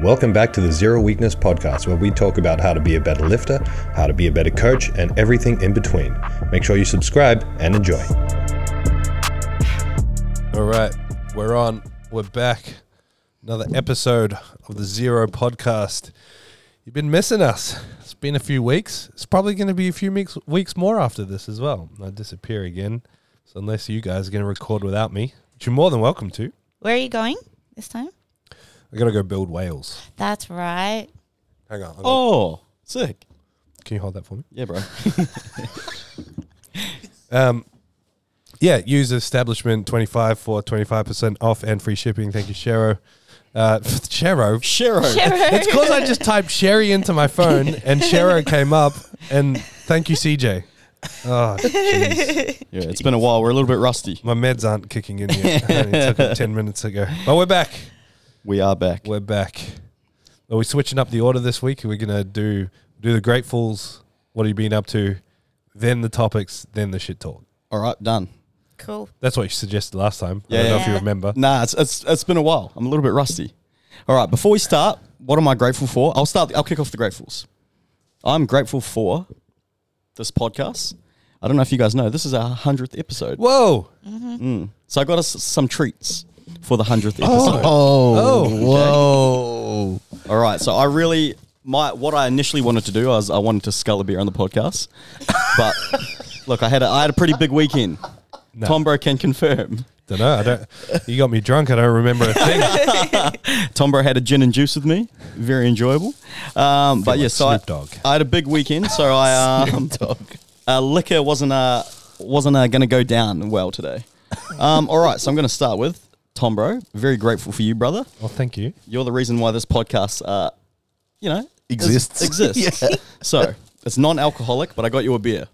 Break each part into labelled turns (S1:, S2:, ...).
S1: Welcome back to the Zero Weakness Podcast, where we talk about how to be a better lifter, how to be a better coach, and everything in between. Make sure you subscribe and enjoy.
S2: All right, we're on. We're back. Another episode of the Zero Podcast. You've been missing us. It's been a few weeks. It's probably going to be a few weeks, weeks more after this as well. I disappear again. So, unless you guys are going to record without me, which you're more than welcome to,
S3: Where are you going this time?
S2: I got to go build whales.
S3: That's right.
S2: Hang on. Oh.
S4: Oh, sick.
S2: Can you hold that for me?
S4: Yeah, bro.
S2: Um, yeah, use establishment 25 for 25% off and free shipping. Thank you, Shero. Uh, Shero.
S4: Shero.
S2: It's because I just typed Sherry into my phone and Shero came up. And thank you, CJ. Oh, jeez.
S4: Yeah, it's been a while. We're a little bit rusty.
S2: My meds aren't kicking in yet. I only took them 10 minutes ago. But we're back.
S4: We are back.
S2: We're back. Are we switching up the order this week? Are we going to do do the Gratefuls? What have you been up to? Then the topics, then the shit talk.
S4: All right, done.
S3: Cool.
S2: That's what you suggested last time. I
S4: Yeah,
S2: don't know
S3: yeah.
S2: if you remember.
S4: Nah, it's, it's it's been a while. I'm a little bit rusty. All right, before we start, what am I grateful for? I'll start. I'll kick off the gratefuls. I'm grateful for this podcast. I don't know if you guys know. This is our hundredth episode.
S2: Whoa.
S4: So I got us some treats for the hundredth episode.
S2: Oh,
S5: whoa.
S4: All right. So I really my what I initially wanted to do was I wanted to scull a beer on the podcast, but look, I had a, I had a pretty big weekend. Tombo can confirm.
S2: Don't know. I don't. You got me drunk. I don't remember a thing.
S4: Tombo had a gin and juice with me. Very enjoyable. Um, but
S2: like
S4: yeah, so
S2: Snoop
S4: I-
S2: Dogg.
S4: I, had a big weekend. So I um, uh, liquor wasn't uh, wasn't uh, going to go down well today. Um, all right, so I'm going to start with Tombo. Very grateful for you, brother.
S2: well, thank you.
S4: You're the reason why this podcast, uh, you know,
S5: Exists.
S4: is- exists. So it's non-alcoholic, but I got you a beer.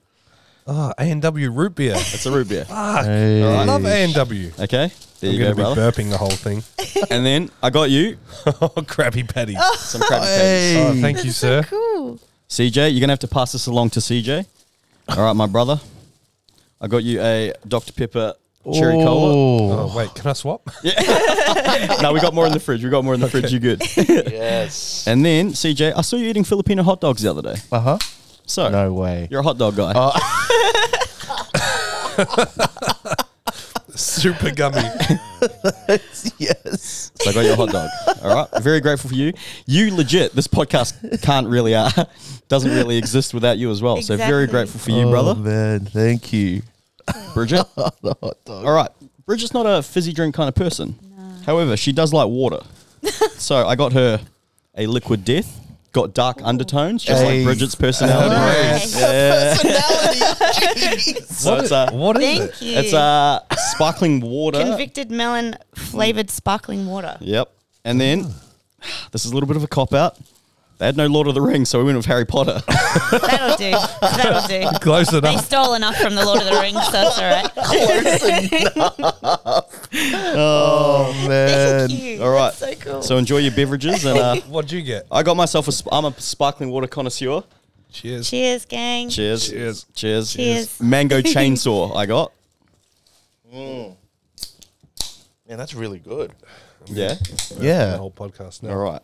S2: Oh, A and W root beer.
S4: It's a root beer.
S2: I love A and W.
S4: Okay, there
S2: Ah. I'm going
S4: you go,
S2: to be
S4: brother.
S2: burping the whole thing.
S4: And then I got you
S2: oh, Krabby Patty.
S4: some crab cakes.
S2: Oh, thank you, sir.
S3: Cool.
S4: CJ, you're gonna have to pass this along to CJ. All right, my brother. I got you a Dr Pepper cherry cola.
S2: Oh, wait, can I swap?
S4: No, we got more in the fridge. We got more in the fridge. You good?
S5: Yes.
S4: And then CJ, I saw you eating Filipino hot dogs the other day.
S5: Uh
S2: Uh-huh.
S5: huh.
S4: So
S5: No way.
S4: you're a hot dog guy.
S2: Oh, Super gummy.
S5: yes.
S4: So I got you "Oh, a hot dog. All right, very grateful for you. You legit. This podcast can't really uh, doesn't really exist without you as well. So very
S3: Exactly.
S4: grateful for you, brother.
S5: Oh, man. Thank you.
S4: Bridget. All right. Bridget's not a fizzy drink kind of person. However, she does like water. so I got her a liquid death, got dark undertones, just
S5: Hey.
S4: like Bridget's personality.
S3: Nice.
S4: So it's a,
S2: What is it?
S3: Thank you.
S4: it's uh, a sparkling water.
S3: Convicted melon flavored sparkling water.
S4: Yep. And then this is a little bit of a cop out. They had no Lord of the Rings, so we went with Harry Potter.
S3: That'll do. That'll do.
S2: Close
S3: They
S2: enough.
S3: stole enough from the Lord of the Rings, so that's all right.
S5: Oh, man.
S3: Thank you.
S4: All right.
S3: That's so cool.
S4: So enjoy your beverages. And uh,
S2: What'd you get?
S4: I got myself a, sp- I'm a sparkling water connoisseur.
S2: Cheers.
S3: Cheers, gang.
S4: Cheers.
S2: Cheers.
S4: Cheers.
S3: Cheers.
S4: Mango chainsaw I got.
S5: Man, that's really good.
S4: Yeah.
S2: The
S5: Yeah.
S2: whole podcast
S4: All
S2: now.
S4: right.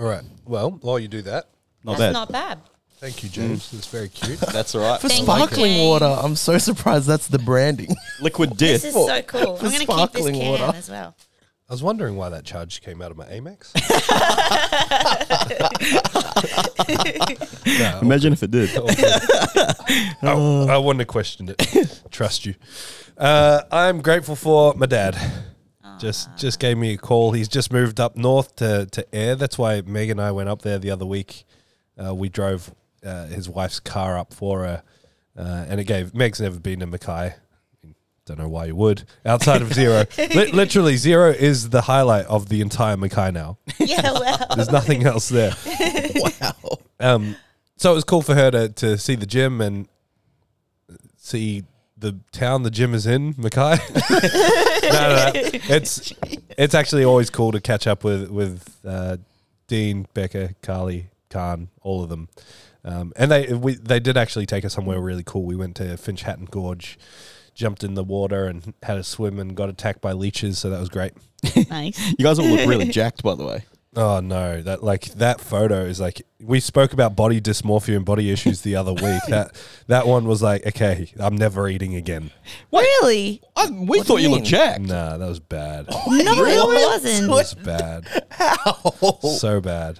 S2: All right. Well, while you do that,
S4: Not
S3: That's
S4: bad.
S3: not bad.
S2: thank you,
S4: Mm.
S2: James. That's very cute.
S4: That's all right.
S5: For
S3: Thank you,
S5: sparkling
S3: James.
S5: water, I'm so surprised that's the branding.
S4: Liquid
S3: This
S4: death.
S3: is so cool. I'm going to keep this
S5: Sparkling
S3: can
S5: water.
S3: as well.
S2: I was wondering why that charge came out of my Amex. No,
S4: Imagine if it did.
S2: I, I wouldn't have questioned it. Trust you. Uh, I'm grateful for my dad. Just just gave me a call. He's just moved up north to to Air. That's why Meg and I went up there the other week. Uh, we drove uh, his wife's car up for her, uh, and it gave Meg's never been to Mackay. Don't know why you would. Outside of zero, Li- literally zero is the highlight of the entire Mackay now.
S3: Yeah, well.
S2: There's nothing else there.
S5: wow.
S2: Um, so it was cool for her to, to see the gym and see the town the gym is in, Mackay. no, no, no. It's it's actually always cool to catch up with with uh, Dean, Becca, Carly, Khan, all of them. Um, and they we, they did actually take us somewhere really cool. We went to Finch Hatton Gorge, jumped in the water and had a swim and got attacked by leeches. So that was great.
S3: nice.
S4: You guys all look really jacked, by the way.
S2: Oh no, that like that photo is like we spoke about body dysmorphia and body issues the other week. That that one was like, okay, I'm never eating again.
S3: Really?
S4: I, we
S5: What do
S4: thought
S5: you
S4: you
S5: mean?
S4: looked jacked.
S2: Nah, that was bad. It
S3: No,
S5: Really?
S3: it wasn't.
S2: was bad. So bad.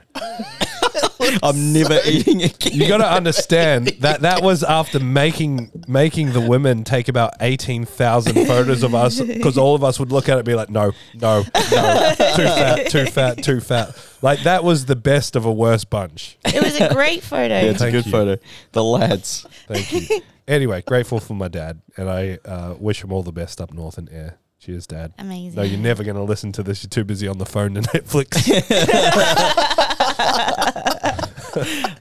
S4: I'm never eating again.
S2: You got to understand that that was after making making the women take about eighteen thousand photos of us because all of us would look at it and be like, no, no, no, too fat, too fat, too fat. Like that was the best of a worst bunch.
S3: It was a great photo.
S4: It's a
S2: Thank
S4: good
S2: you.
S4: photo. The lads.
S2: Thank you. Anyway, grateful for my dad, and I uh, wish him all the best up north in air. Cheers, Dad.
S3: Amazing.
S2: No, you're never going to listen to this. You're too busy on the phone to Netflix.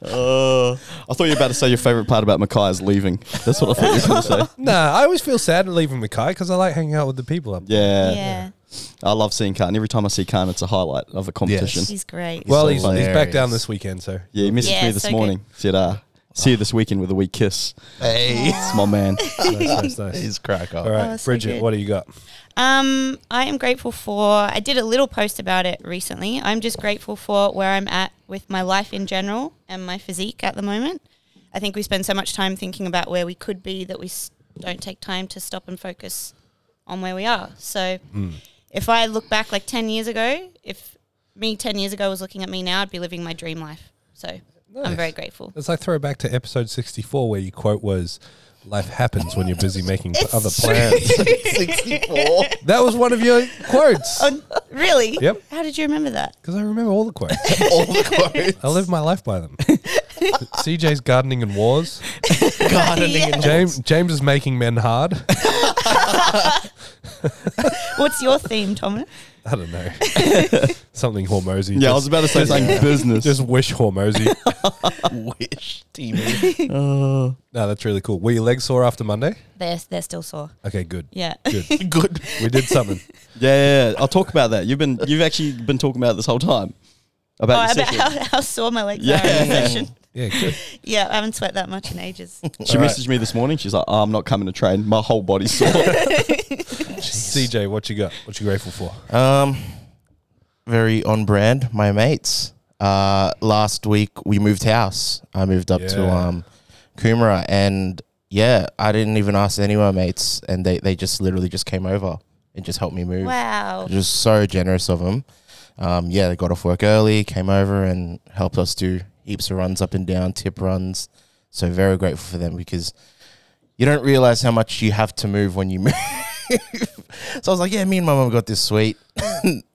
S4: Uh, I thought you were about to say your favorite part about Mackay is leaving. That's what I thought you were going to say.
S2: nah, I always feel sad leaving Mackay because I like hanging out with the people up there.
S4: Yeah.
S3: yeah.
S4: I love seeing Khan. Every time I see Khan, it's a highlight of a competition.
S3: He's great.
S2: Well,
S4: so
S2: he's, he's back
S5: hilarious.
S2: down this weekend, so
S4: Yeah, he messaged
S3: Yeah,
S4: me this
S3: so
S4: morning. Said, uh, see you this weekend with a wee kiss.
S5: Hey,
S4: It's my man.
S2: nice, nice, nice.
S5: he's crack up.
S2: All right,
S3: Oh, so
S2: Bridget,
S3: good.
S2: what do you got?
S3: Um, I am grateful for. I did a little post about it recently. I'm just grateful for where I'm at with my life in general and my physique at the moment. I think we spend so much time thinking about where we could be that we s- don't take time to stop and focus on where we are. So, if I look back like 10 years ago, if me 10 years ago was looking at me now, I'd be living my dream life. So, I'm very grateful.
S2: As I throw back to episode 64, where your quote was, Life happens when you're busy making p- other plans.
S5: 64.
S2: that was one of your quotes.
S3: Um, Really?
S2: Yep.
S3: How did you remember that?
S2: Because I remember all the quotes.
S5: All the
S2: I live my life by them. CJ's gardening and wars.
S5: quotes. Gardening and
S2: James James is making men hard.
S3: What's your theme, Thomas?
S2: I don't know. Something Hormozy.
S4: Yeah, I was about to say something business.
S2: Just wish Hormozy.
S5: wish TV.
S2: no, that's really cool. Were your legs sore after Monday?
S3: They're, they're still sore.
S2: Okay, good.
S3: Yeah.
S2: Good.
S5: Good.
S2: We did something.
S4: yeah, yeah, yeah. I'll talk about that. You've been, you've actually been talking about it this whole time.
S3: Oh,
S4: About your
S3: about
S4: session.
S3: how, how sore my legs
S4: Yeah.
S3: are in the session.
S2: Yeah, good.
S3: Yeah, I haven't sweat that much in ages.
S4: She
S2: Alright.
S4: messaged me this morning. She's like, oh, I'm not coming to train. My whole body's sore.
S2: CJ, what you got? What you grateful for?
S5: Um, very on brand. My mates. Uh, last week we moved house. I moved up to
S2: Yeah.
S5: um, Coomera, and yeah, I didn't even ask any of my mates, and they they just literally just came over and just helped me move.
S3: wow.
S5: Just so generous of them. Um, yeah, they got off work early, came over and helped us do heaps of runs up and down, tip runs. So very grateful for them because you don't realize how much you have to move when you move. so I was like, yeah, me and my mum got this sweet.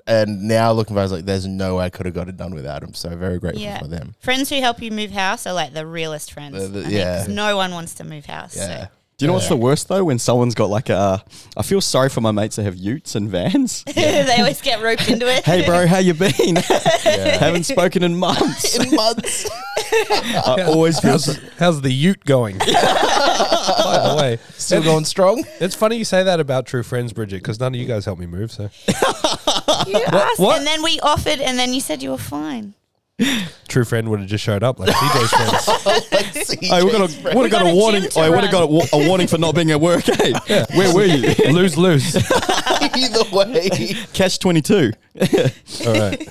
S5: and now looking back, I was like, there's no way I could have got it done without them. So very grateful
S3: Yeah.
S5: for them.
S3: Friends who help you move house are like the realest friends.
S5: The- the-
S3: I think,
S5: yeah.
S3: 'cause no one wants to move house.
S5: Yeah.
S3: Yeah.
S4: Do you know what's the worst though? When someone's got like a, I feel sorry for my mates that have utes and vans.
S3: So. they always get roped into it.
S4: hey bro, how you been? Haven't spoken in months.
S5: In months.
S4: I always feel.
S2: How's, how's the Ute going? By the way,
S5: Still going strong.
S2: it's funny you say that about true friends, Bridget, because none of you guys helped me move. So
S3: You asked,
S2: what?
S3: And then we offered, and then you said you were fine.
S2: true friend would have just showed up like CJ's friends.
S4: I would have got,
S3: got a
S4: a
S3: gym
S4: warning.
S3: to
S4: I would have
S3: run.
S4: got a, wa- a warning for not being at work. Hey, where were you?
S2: lose lose.
S5: either way.
S4: Catch twenty two.
S2: All right.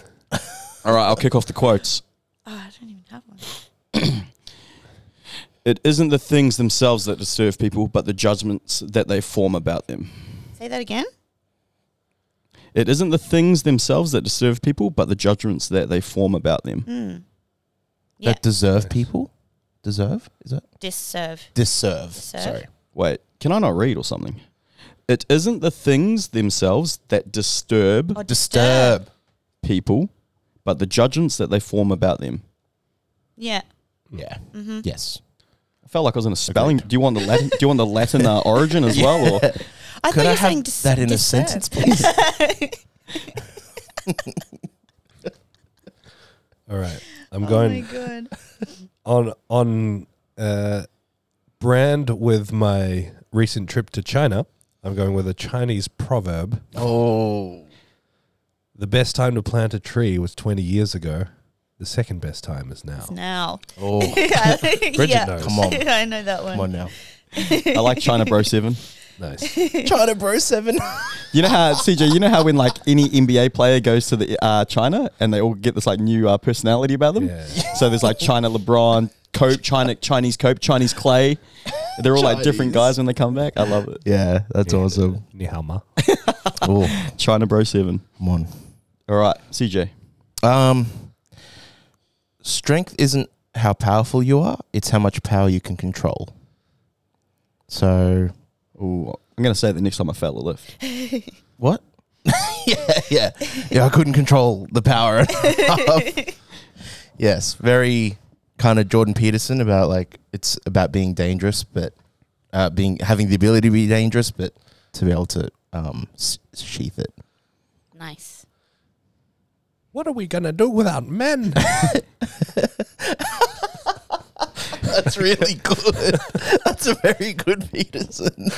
S4: All right, I'll kick off the quotes.
S3: Oh, I don't even have one.
S4: It isn't the things themselves that disturb people, but the judgments that they form about them.
S3: Say that again.
S4: It isn't the things themselves that disturb people, but the judgments that they form about them.
S3: Hmm. Yeah.
S5: That deserve people? Deserve? Is it?
S3: Disserve.
S5: Disserve.
S3: Deserve.
S5: Sorry.
S4: Wait, can I not read or something? It isn't the things themselves that disturb
S3: Or
S5: Disturb.
S4: people, but the judgments that they form about them.
S3: Yeah.
S5: Yeah. Yes.
S4: I felt like I was in a spelling. Do you want the Latin? Do you want the Latin uh, origin as well? Or
S3: I thought
S5: Could
S3: you
S5: I
S3: were saying
S5: have
S3: dis-
S5: that in a
S3: disserve.
S5: sentence, please?
S2: All right. I'm
S3: Oh my
S2: going
S3: god.
S2: on on uh, brand with my recent trip to China. I'm going with a Chinese proverb.
S5: oh.
S2: The best time to plant a tree was 20 years ago. The second best time is now.
S3: Now.
S5: Oh.
S3: Bridget
S2: knows.
S5: Come on.
S3: I know that one.
S5: Come on now.
S4: I like China Bro Seven.
S2: Nice.
S5: China Bro 7.
S4: You know how CJ, you know how when like any NBA player goes to the uh, China and they all get this like new uh, personality about them.
S2: Yeah.
S4: So there's like China LeBron, Cope, China Chinese Cope, Chinese Clay. They're all like different
S5: Chinese.
S4: guys when they come back. I love it.
S5: yeah, that's awesome.
S2: Ni hao ma.
S5: Oh,
S4: China Bro Seven.
S5: come on.
S4: All right, CJ.
S5: Um, strength isn't how powerful you are; it's how much power you can control. So
S4: Ooh, I'm gonna say it the next time I fail a lift.
S5: what? yeah, yeah, yeah. I couldn't control the power. yes, very kind of Jordan Peterson about like it's about being dangerous, but uh, being having the ability to be dangerous, but to be able to um, s- sheath it.
S3: Nice.
S2: What are we gonna do without men?
S5: That's really good. That's a very good Peterson.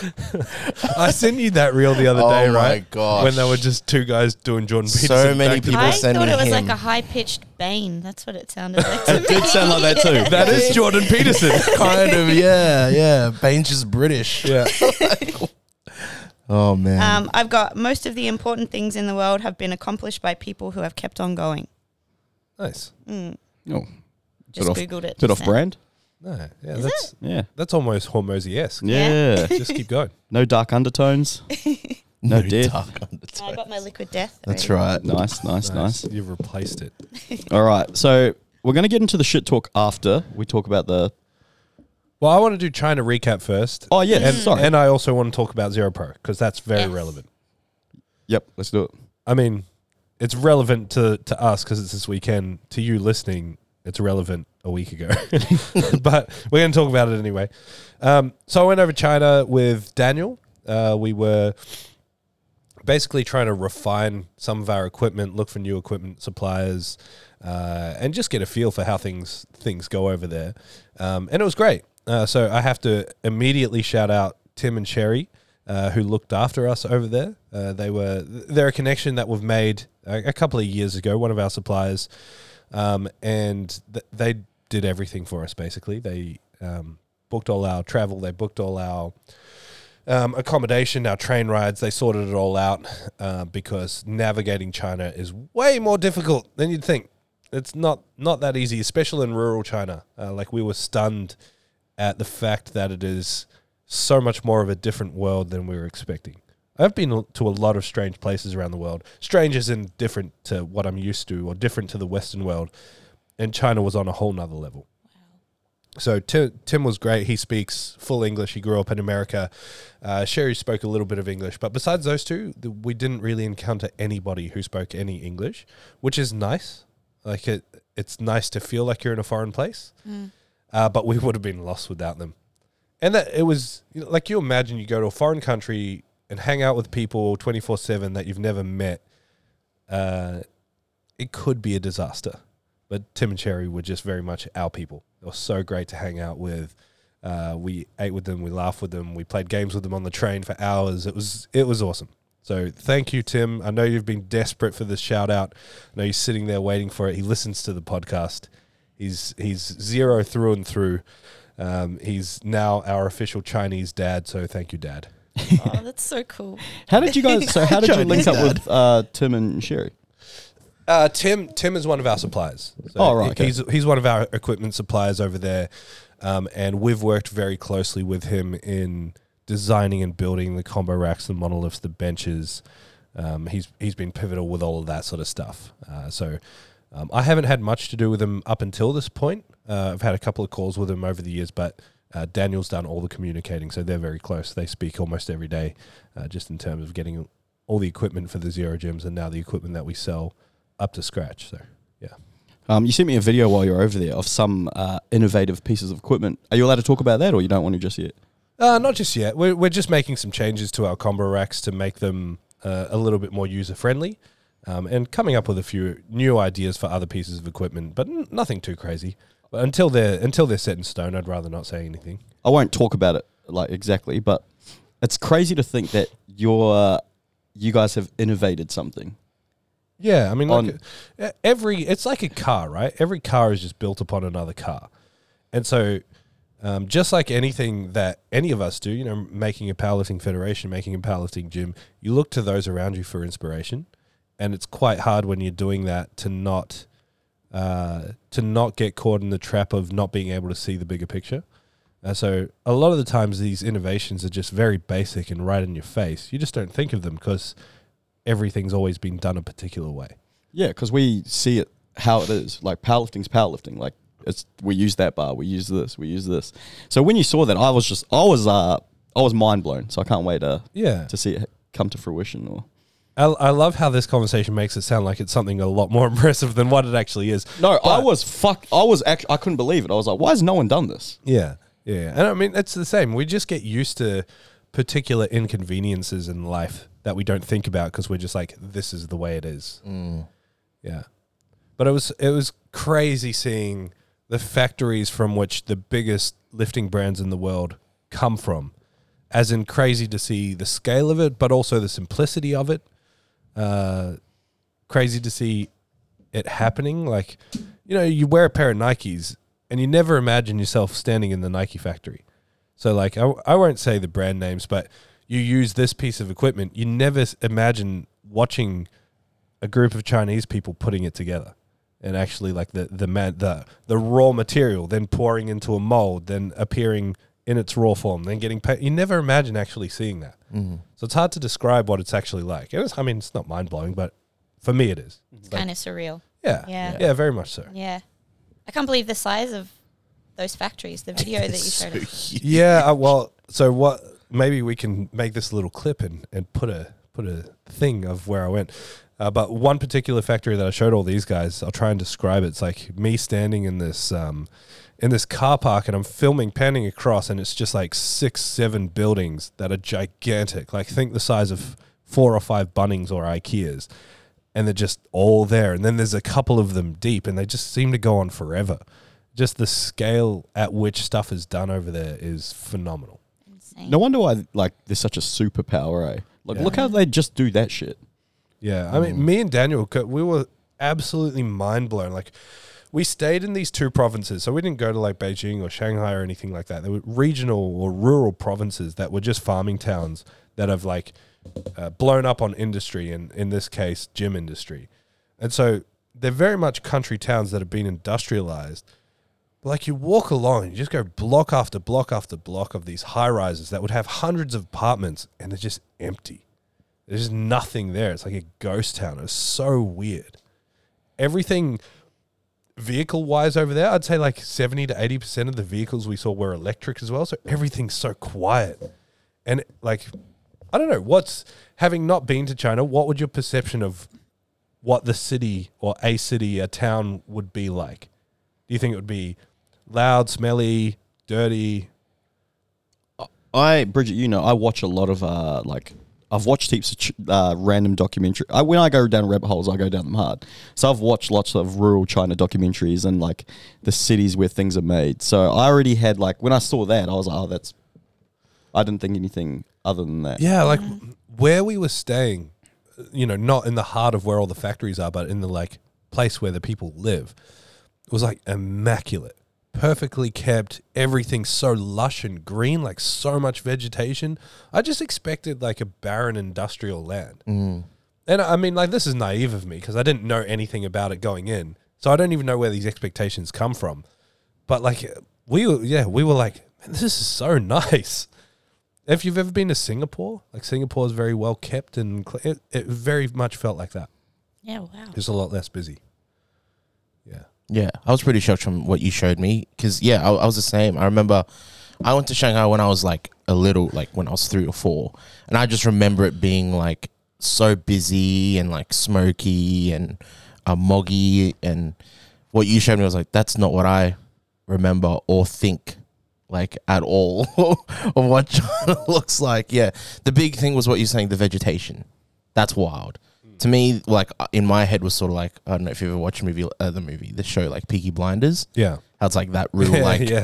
S2: I sent you that reel the other
S5: Oh
S2: day,
S5: my
S2: right?
S5: gosh.
S2: When they were just two guys doing Jordan
S5: So
S2: Peterson. back
S5: many
S2: to
S5: people
S2: back.
S3: I
S5: send
S3: thought
S5: me
S3: it was
S5: him.
S3: like a high pitched Bane. That's what it sounded like to me.
S4: It did sound like that too.
S2: That is Jordan Peterson.
S5: kind of, yeah, yeah. Bane's just British.
S2: yeah.
S5: Oh man.
S3: Um, I've got most of the important things in the world have been accomplished by people who have kept on going. Mm,
S2: Nice.
S4: Oh,
S3: Just
S4: Bit off-
S3: googled it.
S4: bit
S3: just
S4: off
S3: now.
S4: brand.
S2: No, yeah, that's
S4: Yeah.
S2: that's almost Hormozy esque.
S4: Yeah.
S2: Just keep going.
S4: no dark undertones. No, death.
S5: dark undertone.
S3: I got my liquid death.
S5: That's
S3: already.
S5: right.
S4: Nice, nice, nice.
S2: You've replaced it.
S4: All right. So we're gonna get into the shit talk after we talk about the
S2: Well, I want to do China recap first.
S4: Oh yes,
S2: and,
S4: sorry.
S2: and I also want to talk about Zero Pro because that's very
S3: Yes.
S2: relevant.
S4: yep, let's do it.
S2: I mean, it's relevant to, to us because it's this weekend. To you listening, it's relevant a week ago. but we're going to talk about it anyway. Um, so I went over China with Daniel. Uh, we were basically trying to refine some of our equipment, look for new equipment suppliers, uh, and just get a feel for how things things go over there. Um, and it was great. Uh, so I have to immediately shout out Tim and Sherry, uh, who looked after us over there. Uh, they were they're a connection that we've made a, a couple of years ago. One of our suppliers, um, and th- they did everything for us. Basically, they um, booked all our travel. They booked all our um, accommodation, our train rides, they sorted it all out uh, because navigating China is way more difficult than you'd think. It's not not that easy, especially in rural China. Uh, like we were stunned at the fact that it is so much more of a different world than we were expecting. I've been to a lot of strange places around the world. Strange is in different to what I'm used to, or different to the Western world. And China was on a whole nother level. So Tim, Tim was great. He speaks full English. He grew up in America. Uh, Sherry spoke a little bit of English, but besides those two, th- we didn't really encounter anybody who spoke any English, which is nice. Like it, it's nice to feel like you're in a foreign place. Uh, but we would have been lost without them. And that it was you know, like you imagine you go to a foreign country and hang out with people twenty four seven that you've never met. Uh, it could be a disaster. But Tim and Cherry were just very much our people. They were so great to hang out with. Uh, we ate with them, we laughed with them, we played games with them on the train for hours. It was it was awesome. So thank you, Tim. I know you've been desperate for this shout out. I know you're sitting there waiting for it. He listens to the podcast. He's he's zero through and through. Um, he's now our official Chinese dad. So thank you, Dad.
S3: Oh, that's so cool.
S4: How did you guys? So how did you link up with uh, Tim and Sherry?
S2: Uh, Tim Tim is one of our suppliers. So
S4: Oh, right, okay.
S2: He's he's one of our equipment suppliers over there, um, and we've worked very closely with him in designing and building the combo racks, the monoliths, the benches. Um, he's he's been pivotal with all of that sort of stuff. Uh, so um, I haven't had much to do with him up until this point. Uh, I've had a couple of calls with him over the years, but. Uh, Daniel's done all the communicating, so they're very close. They speak almost every day, uh, just in terms of getting all the equipment for the zero gyms and now the equipment that we sell up to scratch. So yeah,
S4: Um, you sent me a video while you were over there of some uh, innovative pieces of equipment. Are you allowed to talk about that, or you don't want to just yet?
S2: uh, not just yet. We're we're just making some changes to our combo racks to make them uh, a little bit more user friendly, um, and coming up with a few new ideas for other pieces of equipment, but n- nothing too crazy. But until they're until they're set in stone, I'd rather not say anything.
S4: I won't talk about it like exactly, but it's crazy to think that you're you guys have innovated something.
S2: Yeah, I mean, like
S4: On-
S2: uh, every it's like a car, right? Every car is just built upon another car, and so Um, just like anything that any of us do, you know, making a powerlifting federation, making a powerlifting gym, you look to those around you for inspiration, and it's quite hard when you're doing that to not uh, to not get caught in the trap of not being able to see the bigger picture. Uh, so a lot of the times these innovations are just very basic and right in your face. You just don't think of them because everything's always been done a particular way.
S4: Yeah, because we see it how it is. Like powerlifting's powerlifting. Like it's we use that bar, we use this, we use this. So when you saw that, I was just I was uh I was mind blown. So I can't wait to
S2: Yeah.
S4: to see it come to fruition. Or
S2: I, I love how this conversation makes it sound like it's something a lot more impressive than what it actually is.
S4: no, I
S2: But-
S4: was fuck. I was act- I couldn't believe it. I was like, why has no one done this?
S2: Yeah, yeah, and I mean it's the same. We just get used to particular inconveniences in life that we don't think about because we're just like, this is the way it is. Yeah, but it was it was crazy seeing the factories from which the biggest lifting brands in the world come from. As in, crazy to see the scale of it, but also the simplicity of it. Uh, crazy to see it happening. Like, you know, you wear a pair of Nikes and you never imagine yourself standing in the Nike factory. So, like, I, I won't say the brand names, but you use this piece of equipment. You never s- imagine watching a group of Chinese people putting it together and actually, like, the, the, man, the, the raw material, then pouring into a mold, then appearing in its raw form, then getting paid. You never imagine actually seeing that. So, it's hard to describe what it's actually like. And it's, I mean, it's not mind blowing, but for me, it is.
S3: It's kind of surreal.
S2: Yeah.
S3: Yeah.
S2: Yeah, very much so.
S3: Yeah. I can't believe the size of those factories, the video that you showed. us.
S2: Yeah, uh, well, so what maybe we can make this little clip and, and put a put a thing of where I went. Uh, but one particular factory that I showed all these guys, I'll try and describe it. It's like me standing in this um, in this car park and I'm filming panning across and it's just like six, seven buildings that are gigantic. Like think the size of four or five Bunnings or IKEAs. and they're just all there. And then there's a couple of them deep, and they just seem to go on forever. Just the scale at which stuff is done over there is phenomenal.
S3: Insane.
S4: No wonder why like there's such a superpower. Eh? Like look how they just do that shit.
S2: Yeah, I mean, me and Daniel, co- we were absolutely mind blown. Like, we stayed in these two provinces, so we didn't go to like Beijing or Shanghai or anything like that. They were regional or rural provinces that were just farming towns that have like uh, blown up on industry, and in this case, gym industry. And so they're very much country towns that have been industrialized. Like you walk along, and you just go block after block after block of these high rises that would have hundreds of apartments, and they're just empty. There's just nothing there. It's like a ghost town. It's so weird. Everything vehicle wise over there, I'd say like 70 to 80% of the vehicles we saw were electric as well. So everything's so quiet. And like, I don't know what's having not been to China, what would your perception of what the city or a city, a town would be like? Do you think it would be loud, smelly, dirty?
S4: I Bridget, you know, I watch a lot of uh like I've watched heaps of ch- uh, random documentary. I, when I go down rabbit holes, I go down them hard. So I've watched lots of rural China documentaries and like the cities where things are made. So I already had like when I saw that, I was like, oh, that's. I didn't think anything other than that.
S2: Yeah, like where we were staying, you know, not in the heart of where all the factories are, but in the like place where the people live, was like immaculate, perfectly kept. Everything so lush and green, like so much vegetation. I just expected like a barren industrial land. And I mean, like, this is naive of me because I didn't know anything about it going in. So I don't even know where these expectations come from. But like, we were, yeah, we were like, Man, this is so nice. If you've ever been to Singapore, like Singapore is very well kept and cl- it, it very much felt like that.
S3: Yeah, wow.
S2: It's a lot less busy. Yeah.
S5: Yeah, I was pretty shocked from what you showed me because yeah, I, I was the same. I remember I went to Shanghai when I was like a little, like when I was three or four, and I just remember it being like so busy and like smoky and uh, moggy. And what you showed me was like that's not what I remember or think like at all of what China looks like. Yeah, the big thing was what you're saying, the vegetation. That's wild. To me, like uh, in my head was sort of like I don't know if you ever watched a movie, uh, the movie, the show, like Peaky Blinders.
S2: Yeah.
S5: How it's like that real like
S2: yeah.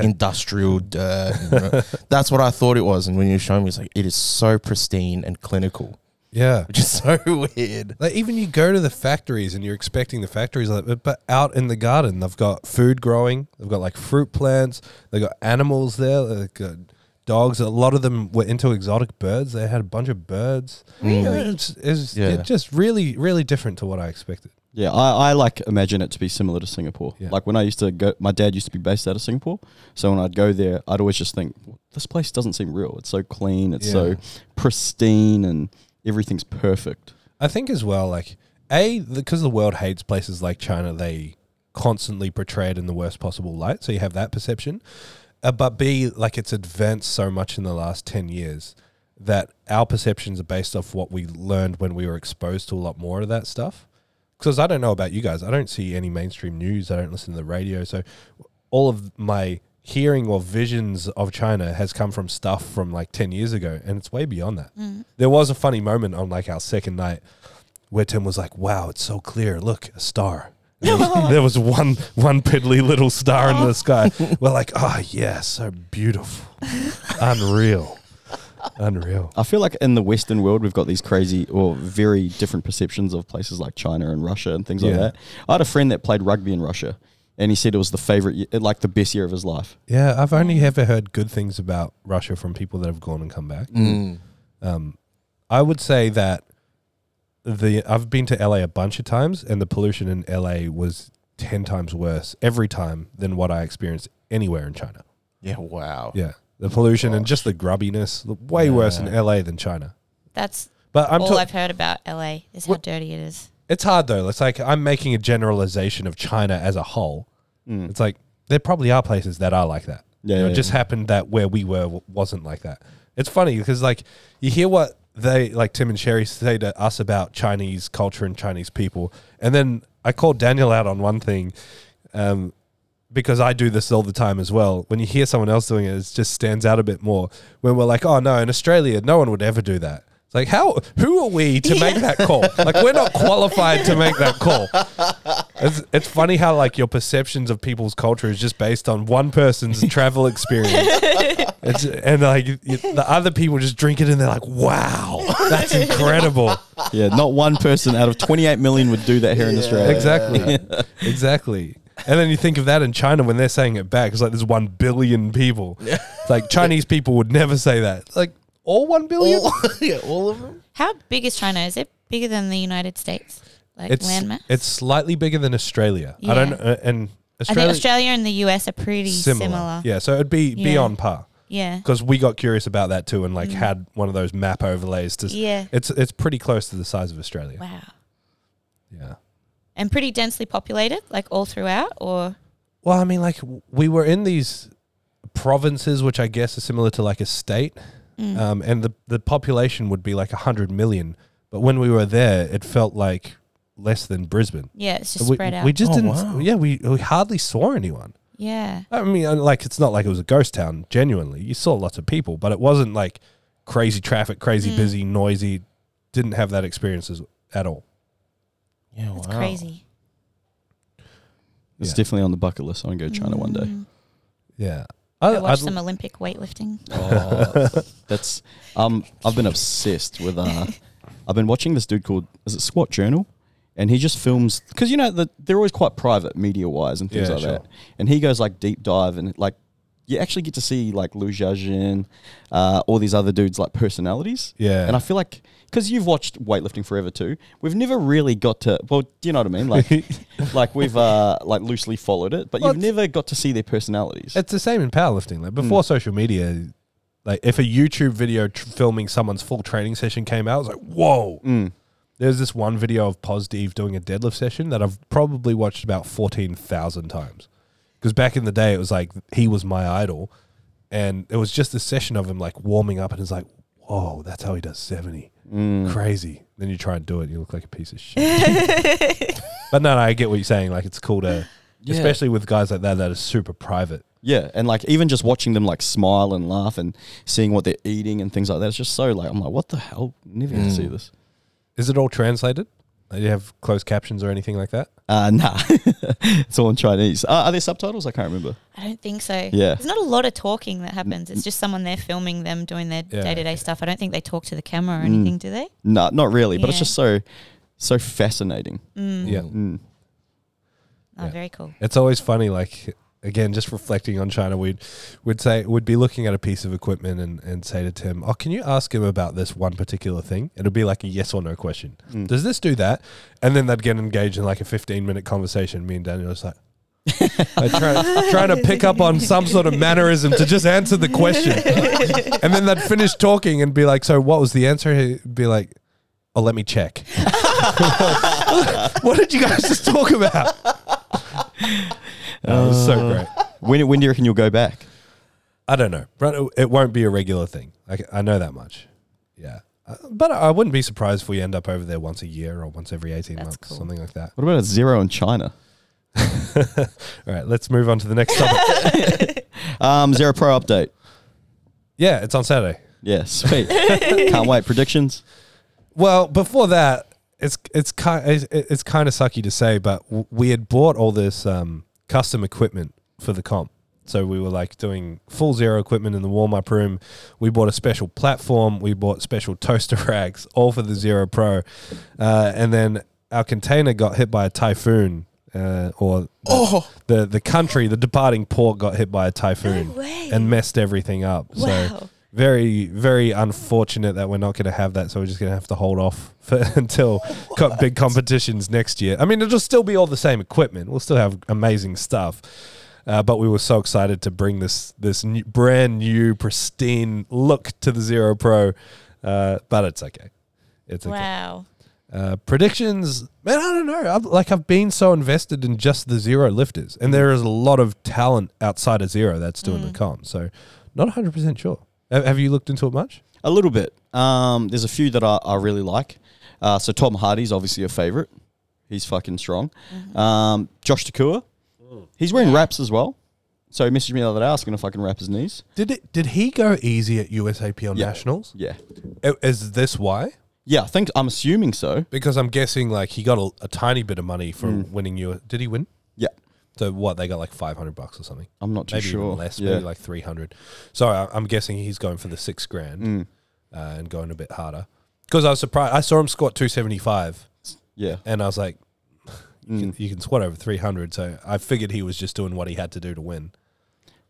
S5: industrial dirt. and ro- That's what I thought it was, and when you were showing me, it's like it is so pristine and clinical.
S2: Yeah.
S5: which is so weird.
S2: Like even you go to the factories and you're expecting the factories like but, but out in the garden they've got food growing, they've got like fruit plants, they've got animals there, they've got dogs. A lot of them were into exotic birds. They had a bunch of birds. Really? It's, it's,
S5: Yeah.
S2: it's just really, really different to what I expected.
S4: Yeah, I, I like imagine it to be similar to Singapore.
S2: Yeah.
S4: Like when I used to go, my dad used to be based out of Singapore. So when I'd go there, I'd always just think, this place doesn't seem real. It's so clean, it's so
S2: Yeah.
S4: pristine, and everything's perfect.
S2: I think as well, like a because the world hates places like China, they constantly portray it in the worst possible light. So you have that perception, uh, but b like it's advanced so much in the last ten years that our perceptions are based off what we learned when we were exposed to a lot more of that stuff. Because I don't know about you guys, I don't see any mainstream news. I don't listen to the radio, so all of my hearing or visions of China has come from stuff from like ten years ago, and it's way beyond that. There was a funny moment on like our second night where Tim was like, "Wow, it's so clear. Look, a star." There was, there was one one piddly little star in the sky. We're like, "Oh yeah, so beautiful, unreal, unreal."
S4: I feel like in the Western world, we've got these crazy or very different perceptions of places like China and Russia and things
S2: Yeah.
S4: like that. I had a friend that played rugby in Russia, and he said it was the favorite, ye- like the best year of his life.
S2: Yeah, I've only ever heard good things about Russia from people that have gone and come back.
S5: Mm.
S2: Um, I would say that the I've been to LA a bunch of times, and the pollution in LA was ten times worse every time than what I experienced anywhere in China.
S5: Yeah, wow.
S2: Yeah, the pollution and just the grubbiness, look way worse in LA than China.
S3: That's
S2: But I'm
S3: all
S2: talking.
S3: I've heard about LA is how dirty it is.
S2: It's hard though. It's like I'm making a generalization of China as a whole. It's like there probably are places that are like that.
S4: Mm. Yeah,
S2: You know,
S4: yeah,
S2: it just happened that where we were w- wasn't like that. It's funny because like you hear what they like Tim and Sherry say to us about Chinese culture and Chinese people, and then I called Daniel out on one thing. Um, because I do this all the time as well. When you hear someone else doing it, it just stands out a bit more. When we're like, oh no, in Australia, no one would ever do that. It's like, how, who are we to make that call? Like, we're not qualified to make that call. It's, it's funny how, like, your perceptions of people's culture is just based on one person's travel experience. It's, and, like, you- the other people just drink it and they're like, wow, that's incredible.
S4: Yeah, not one person out of 28 million would do that here in Australia.
S2: Exactly. exactly. And then you think of that in China when they're saying it back. It's like there's one billion people. It's like Chinese people would never say that. Like all one billion.
S5: All, yeah, all of them.
S3: How big is China? Is it bigger than the United States? Like
S2: it's
S3: landmass?
S2: it's slightly bigger than Australia. I don't
S3: Yeah.
S2: know. uh, And
S3: I
S2: Australia,
S3: think Australia and the US are pretty similar.
S2: similar. Yeah, so it'd be be
S3: Yeah.
S2: on par
S3: Yeah.
S2: because we got curious about that too and like had one of those map overlays to. s-
S3: Yeah.
S2: it's it's pretty close to the size of Australia.
S3: Wow.
S2: Yeah.
S3: And pretty densely populated, like all throughout, or
S2: Well, I mean, like w- we were in these provinces, which I guess are similar to like a state,
S3: Mm.
S2: um, and the the population would be like hundred million. But when we were there, it felt like less than Brisbane.
S3: yeah, it's just
S2: We,
S3: spread out.
S2: we just
S5: Oh,
S2: didn't.
S5: wow.
S2: Yeah, we, we hardly saw anyone.
S3: yeah.
S2: I mean, uh, like it's not like it was a ghost town. Genuinely, you saw lots of people, but it wasn't like crazy traffic, crazy
S3: Mm.
S2: busy, noisy. Didn't have that experience as, at all.
S5: Yeah,
S3: It's
S5: wow.
S3: crazy.
S4: It's
S2: Yeah.
S4: definitely on the bucket list. I want to go to China one day.
S2: Yeah,
S3: I
S2: I,
S3: watched
S2: I'd,
S3: some Olympic weightlifting.
S4: Oh, that's um. I've been obsessed with uh. I've been watching this dude called is it Squat Journal, and he just films because you know the, they're always quite private media wise and things
S2: Yeah,
S4: like
S2: sure.
S4: that. And he goes like deep dive and like you actually get to see like Lu Jiajin, uh, all these other dudes like personalities.
S2: Yeah.
S4: and I feel like because you've watched weightlifting forever too, we've never really got to. Well, do you know what I mean? Like, like we've uh like loosely followed it, but
S2: Well,
S4: you've
S2: it's-
S4: never got to see their personalities.
S2: It's the same in powerlifting. Like before social media, like if a YouTube video tr- filming someone's full training session came out, it was like, whoa. There's this one video of Posdeve doing a deadlift session that I've probably watched about 14,000 times. Because back in the day, it was like he was my idol. And it was just a session of him like warming up and it's like, whoa, that's how he does 70. Crazy. Then you try and do it and you look like a piece of shit. but no, no, I get what you're saying. Like it's cool to,
S4: Yeah.
S2: especially with guys like that that are super private.
S4: Yeah, and like even just watching them like smile and laugh and seeing what they're eating and things like that, it's just so like I'm like, what the hell? Never gonna see this.
S2: Is it all translated? Do you have closed captions or anything like that?
S4: Uh, nah, it's all in Chinese. Uh, are there subtitles? I can't remember.
S3: I don't think so.
S4: Yeah.
S3: There's not a lot of talking that happens. It's just someone there filming them doing their
S2: Mm. Yeah, Mm.
S3: day to day stuff. I don't think they talk to the camera or anything, do they?
S4: No, not really. But it's
S3: Yeah.
S4: just so so fascinating.
S2: Yeah.
S4: Mm.
S3: Oh,
S2: Yeah.
S3: very cool.
S2: It's always funny, like again, just reflecting on China, we'd would say would be looking at a piece of equipment and, and say to Tim, Oh, can you ask him about this one particular thing? It'll be like a yes or no question. Does this do that? And then they'd get engaged in like a fifteen minute conversation. Me and Daniel was like like try, trying to pick up on some sort of mannerism to just answer the question. and then they'd finish talking and be like, So what was the answer? He'd be like, Oh, let me check. what did you guys just talk about?
S4: Uh,
S2: That was so great.
S4: When when do you reckon you'll go back?
S2: I don't know. But it- it won't be a regular thing. I, c- I know that much. Yeah. Uh, But I wouldn't be surprised if we end up over there once a year or once every 18
S3: That's
S2: months,
S3: cool.
S2: something like that.
S4: What about a zero in China?
S2: All right, let's move on to the next topic.
S4: Um, zero pro update.
S2: yeah, it's on Saturday.
S4: Yeah, sweet. Can't wait. Predictions.
S2: Well, before that, it's it's kind it's, it's kind of sucky to say, but w- we had bought all this um, custom equipment for the comp. So we were like doing full zero equipment in the warm up room. We bought a special platform. We bought special toaster racks, all for the zero pro. Uh, and then our container got hit by a typhoon, uh, or the, the the country, the departing port got hit by a typhoon
S3: way.
S2: and messed everything up. So
S3: Wow.
S2: very very unfortunate that we're not going to have that so we're just going to have to hold off for, until co- big competitions next year i mean it'll still be all the same equipment we'll still have amazing stuff uh, but we were so excited to bring this this new, brand new pristine look to the zero pro uh, but it's okay it's okay
S3: Wow.
S2: uh, predictions, man, I don't know. I've, like I've been so invested in just the zero lifters, and there is a lot of talent outside of zero that's doing
S4: Mm.
S2: the comp. So, not one hundred percent sure. Have, have you looked into it much?
S4: A little bit. Um, there's a few that I, I really like. Uh, so Tom Hardy's obviously a favorite. He's fucking strong. Um, Josh Takua,
S2: Mm.
S4: he's wearing wraps as well. So he messaged me the other day asking if I can wrap his knees.
S2: Did it? Did he go easy at USAPL
S4: Yeah.
S2: nationals?
S4: Yeah,
S2: I- Is this why?
S4: yeah. I think I'm assuming so.
S2: Because I'm guessing like he got a, a tiny bit of money from
S4: Mm.
S2: winning you. Did he win?
S4: Yeah,
S2: So what? They got like five hundred bucks or something.
S4: I'm not too
S2: maybe
S4: sure.
S2: even less,
S4: yeah.
S2: maybe like three hundred. So I, I'm guessing he's going for the six grand
S4: Mm.
S2: uh, and going a bit harder. Because I was surprised, I saw him squat two seventy five,
S4: yeah. Mm.
S2: and I was like, you, can, you can squat over three hundred. So I figured he was just doing what he had to do to win.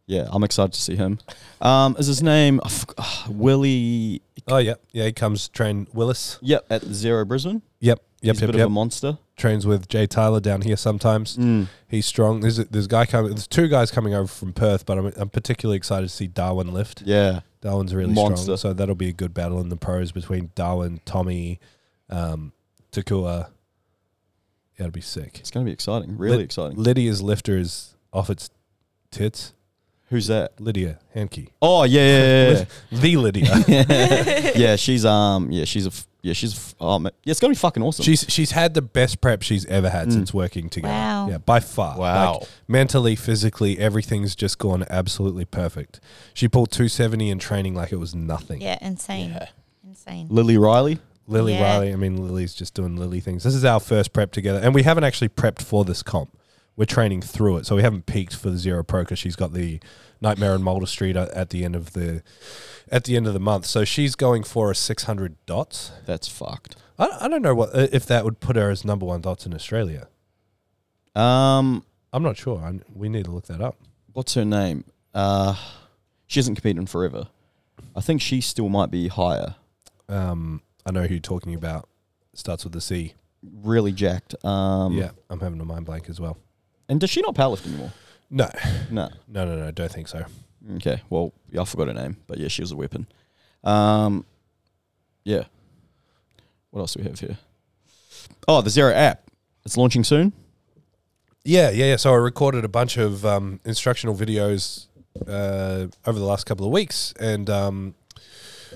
S4: Yeah, I'm excited to see him. Um, is his name I forg- ah, Willie?
S2: Oh yeah, yeah. He comes train Willis.
S4: Yep, at Zero Brisbane.
S2: Yep, yep,
S4: He's a Mm.
S2: yep,
S4: bit
S2: yep.
S4: of a monster.
S2: Trains with Jay Tyler down here sometimes. He's strong. There's a, there's a guy coming. There's two guys coming over from Perth, but I'm, I'm particularly excited to see Darwin lift.
S4: Yeah,
S2: Darwin's really
S4: Monster.
S2: strong, so that'll be a good battle in the pros between Darwin, Tommy, um, Takua. Yeah, it'll be sick.
S4: it's going to be exciting. Really
S2: Lid-
S4: exciting.
S2: Lydia's lifter is off its tits.
S4: Who's that?
S2: Lydia Hankey,
S4: Oh yeah, yeah, yeah, yeah.
S2: the Lydia.
S4: yeah, she's um, yeah, she's a, f- yeah, she's a, f- oh, man. yeah, it's gonna be fucking awesome.
S2: she's she's had the best prep she's ever had since working together.
S3: Wow.
S2: Yeah, by far.
S5: Wow.
S2: mentally, physically, everything's just gone absolutely perfect. She pulled 270 in training like it was nothing.
S3: Yeah, insane. Insane.
S4: Lily Riley.
S2: Lily
S3: Yeah.
S2: Riley. I mean, Lily's just doing Lily things. This is our first prep together, and we haven't actually prepped for this comp. We're training through it, so we haven't peaked for the zero pro because she's got the nightmare in Mulder Street a- at the end of the at the end of the month. So she's going for a six hundred dots.
S4: That's fucked.
S2: I, I don't know what uh, if that would put her as number one dots in Australia.
S4: Um,
S2: I'm not sure. I, we need to look that up.
S4: what's her name? Uh, she hasn't competed in forever. I think she still might be higher.
S2: Um, I know who you're talking about. Starts with the C.
S4: Really jacked. Um,
S2: yeah, I'm having a mind blank as well.
S4: And does she not powerlift anymore?
S2: No,
S4: No.
S2: no, no, no. Don't think so.
S4: Okay. Well, yeah, I forgot her name, but yeah, she was a weapon. Um, yeah. What else do we have here? Oh, the Zero app. It's launching soon.
S2: Yeah, yeah, yeah. So I recorded a bunch of um, instructional videos uh, over the last couple of weeks, and um,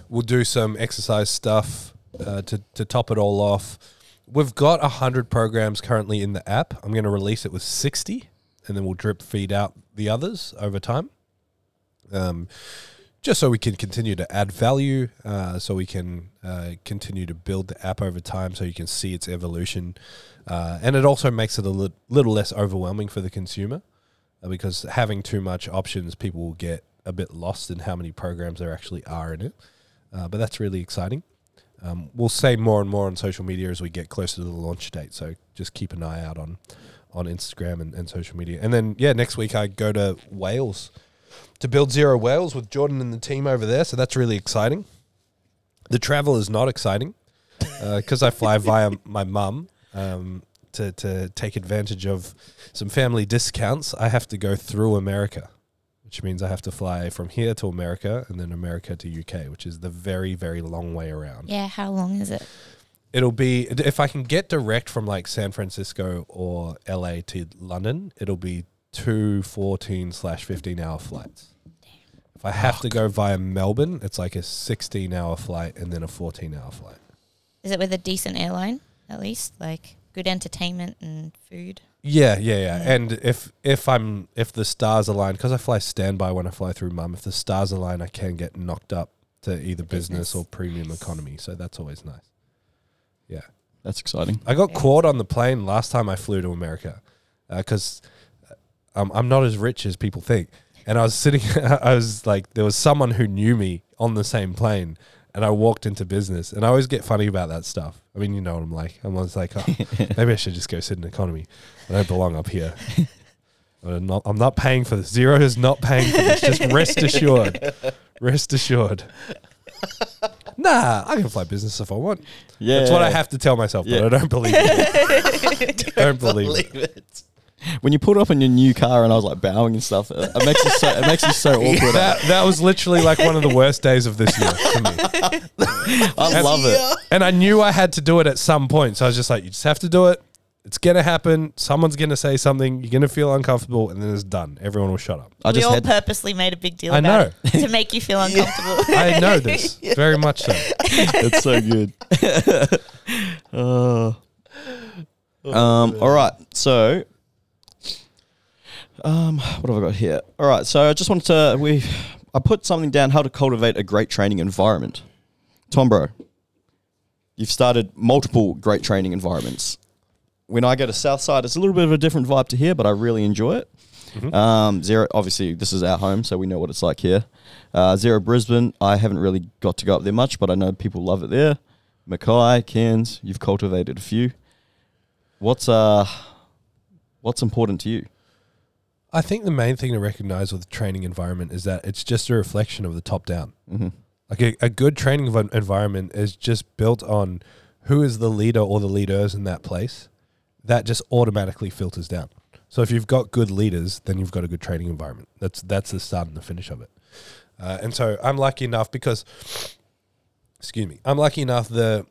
S2: we'll do some exercise stuff uh, to to top it all off. We've got hundred programs currently in the app. I'm going to release it with sixty, and then we'll drip feed out the others over time. Um, just so we can continue to add value, uh, so we can uh, continue to build the app over time, so you can see its evolution, uh, and it also makes it a lit- little less overwhelming for the consumer, uh, because having too much options, people will get a bit lost in how many programs there actually are in it. Uh, but that's really exciting. Um, we'll say more and more on social media as we get closer to the launch date. So just keep an eye out on on Instagram and, and social media. And then yeah, next week I go to Wales to build Zero Wales with Jordan and the team over there. So that's really exciting. The travel is not exciting because Uh, I fly via my mum um, to to take advantage of some family discounts. I have to go through America, which means I have to fly from here to America and then America to UK, which is the very very long way around
S3: Yeah, how long is it?
S2: it'll be if I can get direct from like San Francisco or LA to London, it'll be two 14 slash 15 hour flights. If I have to go via Melbourne, it's like a 16 hour flight and then a 14 hour flight.
S3: Is it with a decent airline at least? Like good entertainment and food?
S2: Yeah, yeah, yeah. And if if I'm if the stars align, because I fly standby when I fly through mum, if the stars align, I can get knocked up to either business,
S3: Business.
S2: or premium economy. So that's always nice. Yeah.
S4: That's exciting.
S2: I got caught on the plane last time I flew to America because um, I'm not as rich as people think. And I was sitting, I was like, there was someone who knew me on the same plane. And I walked into business, and I always get funny about that stuff. I mean, you know what I'm like. I'm always like, oh, maybe I should just go sit in economy. I don't belong up here. I'm not, I'm not paying for this. Zero is not paying for this. Just rest assured. Rest assured. Nah, I can fly business if I want.
S4: Yeah.
S2: That's what I have to tell myself,
S4: Yeah.
S2: but I don't believe it. don't believe it.
S4: When you pulled up in your new car and I was like bowing and stuff, it, it makes it so it makes you so awkward.
S2: That, that was literally like one of the worst days of this year to me.
S4: I love it.
S2: And I knew I had to do it at some point. So I was just like, you just have to do it. It's going to happen. Someone's going to say something. You're going to feel uncomfortable. And then it's done. Everyone will shut up.
S4: I
S3: we
S4: just
S3: all
S4: had
S3: purposely made a big deal
S2: I
S3: about it to make you feel uncomfortable.
S2: I know this very much so.
S4: it's so good. um, all right. So, um, what have I got here? All right. So I just wanted to we, I put something down how to cultivate a great training environment. Tom, bro, you've started multiple great training environments. When I go to Southside, it's a little bit of a different vibe to here, but I really enjoy it. Um, Zero, obviously, this is our home, so we know what it's like here. Uh, Zero Brisbane, I haven't really got to go up there much, but I know people love it there. Mackay, Cairns, you've cultivated a few. What's uh, what's important to you?
S2: I think the main thing to recognize with the training environment is that it's just a reflection of the top down.
S4: Mm-hmm.
S2: Like a, a good training envi- environment is just built on who is the leader or the leaders in that place. That just automatically filters down. So if you've got good leaders, then you've got a good training environment. That's that's the start and the finish of it. Uh, and so I'm lucky enough because, excuse me, I'm lucky enough the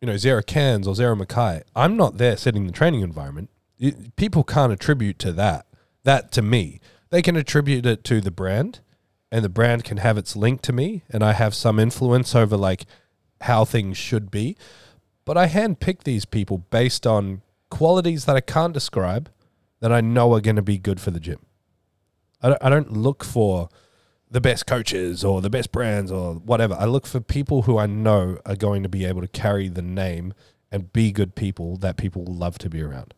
S2: you know, Zara Cairns or Zara Mackay, I'm not there setting the training environment. It- people can't attribute to that, that to me. They can attribute it to the brand, and the brand can have its link to me, and I have some influence over like how things should be. But I handpick these people based on qualities that I can't describe that I know are going to be good for the gym. I don't, I don't look for the best coaches or the best brands or whatever. I look for people who I know are going to be able to carry the name and be good people that people will love to be around.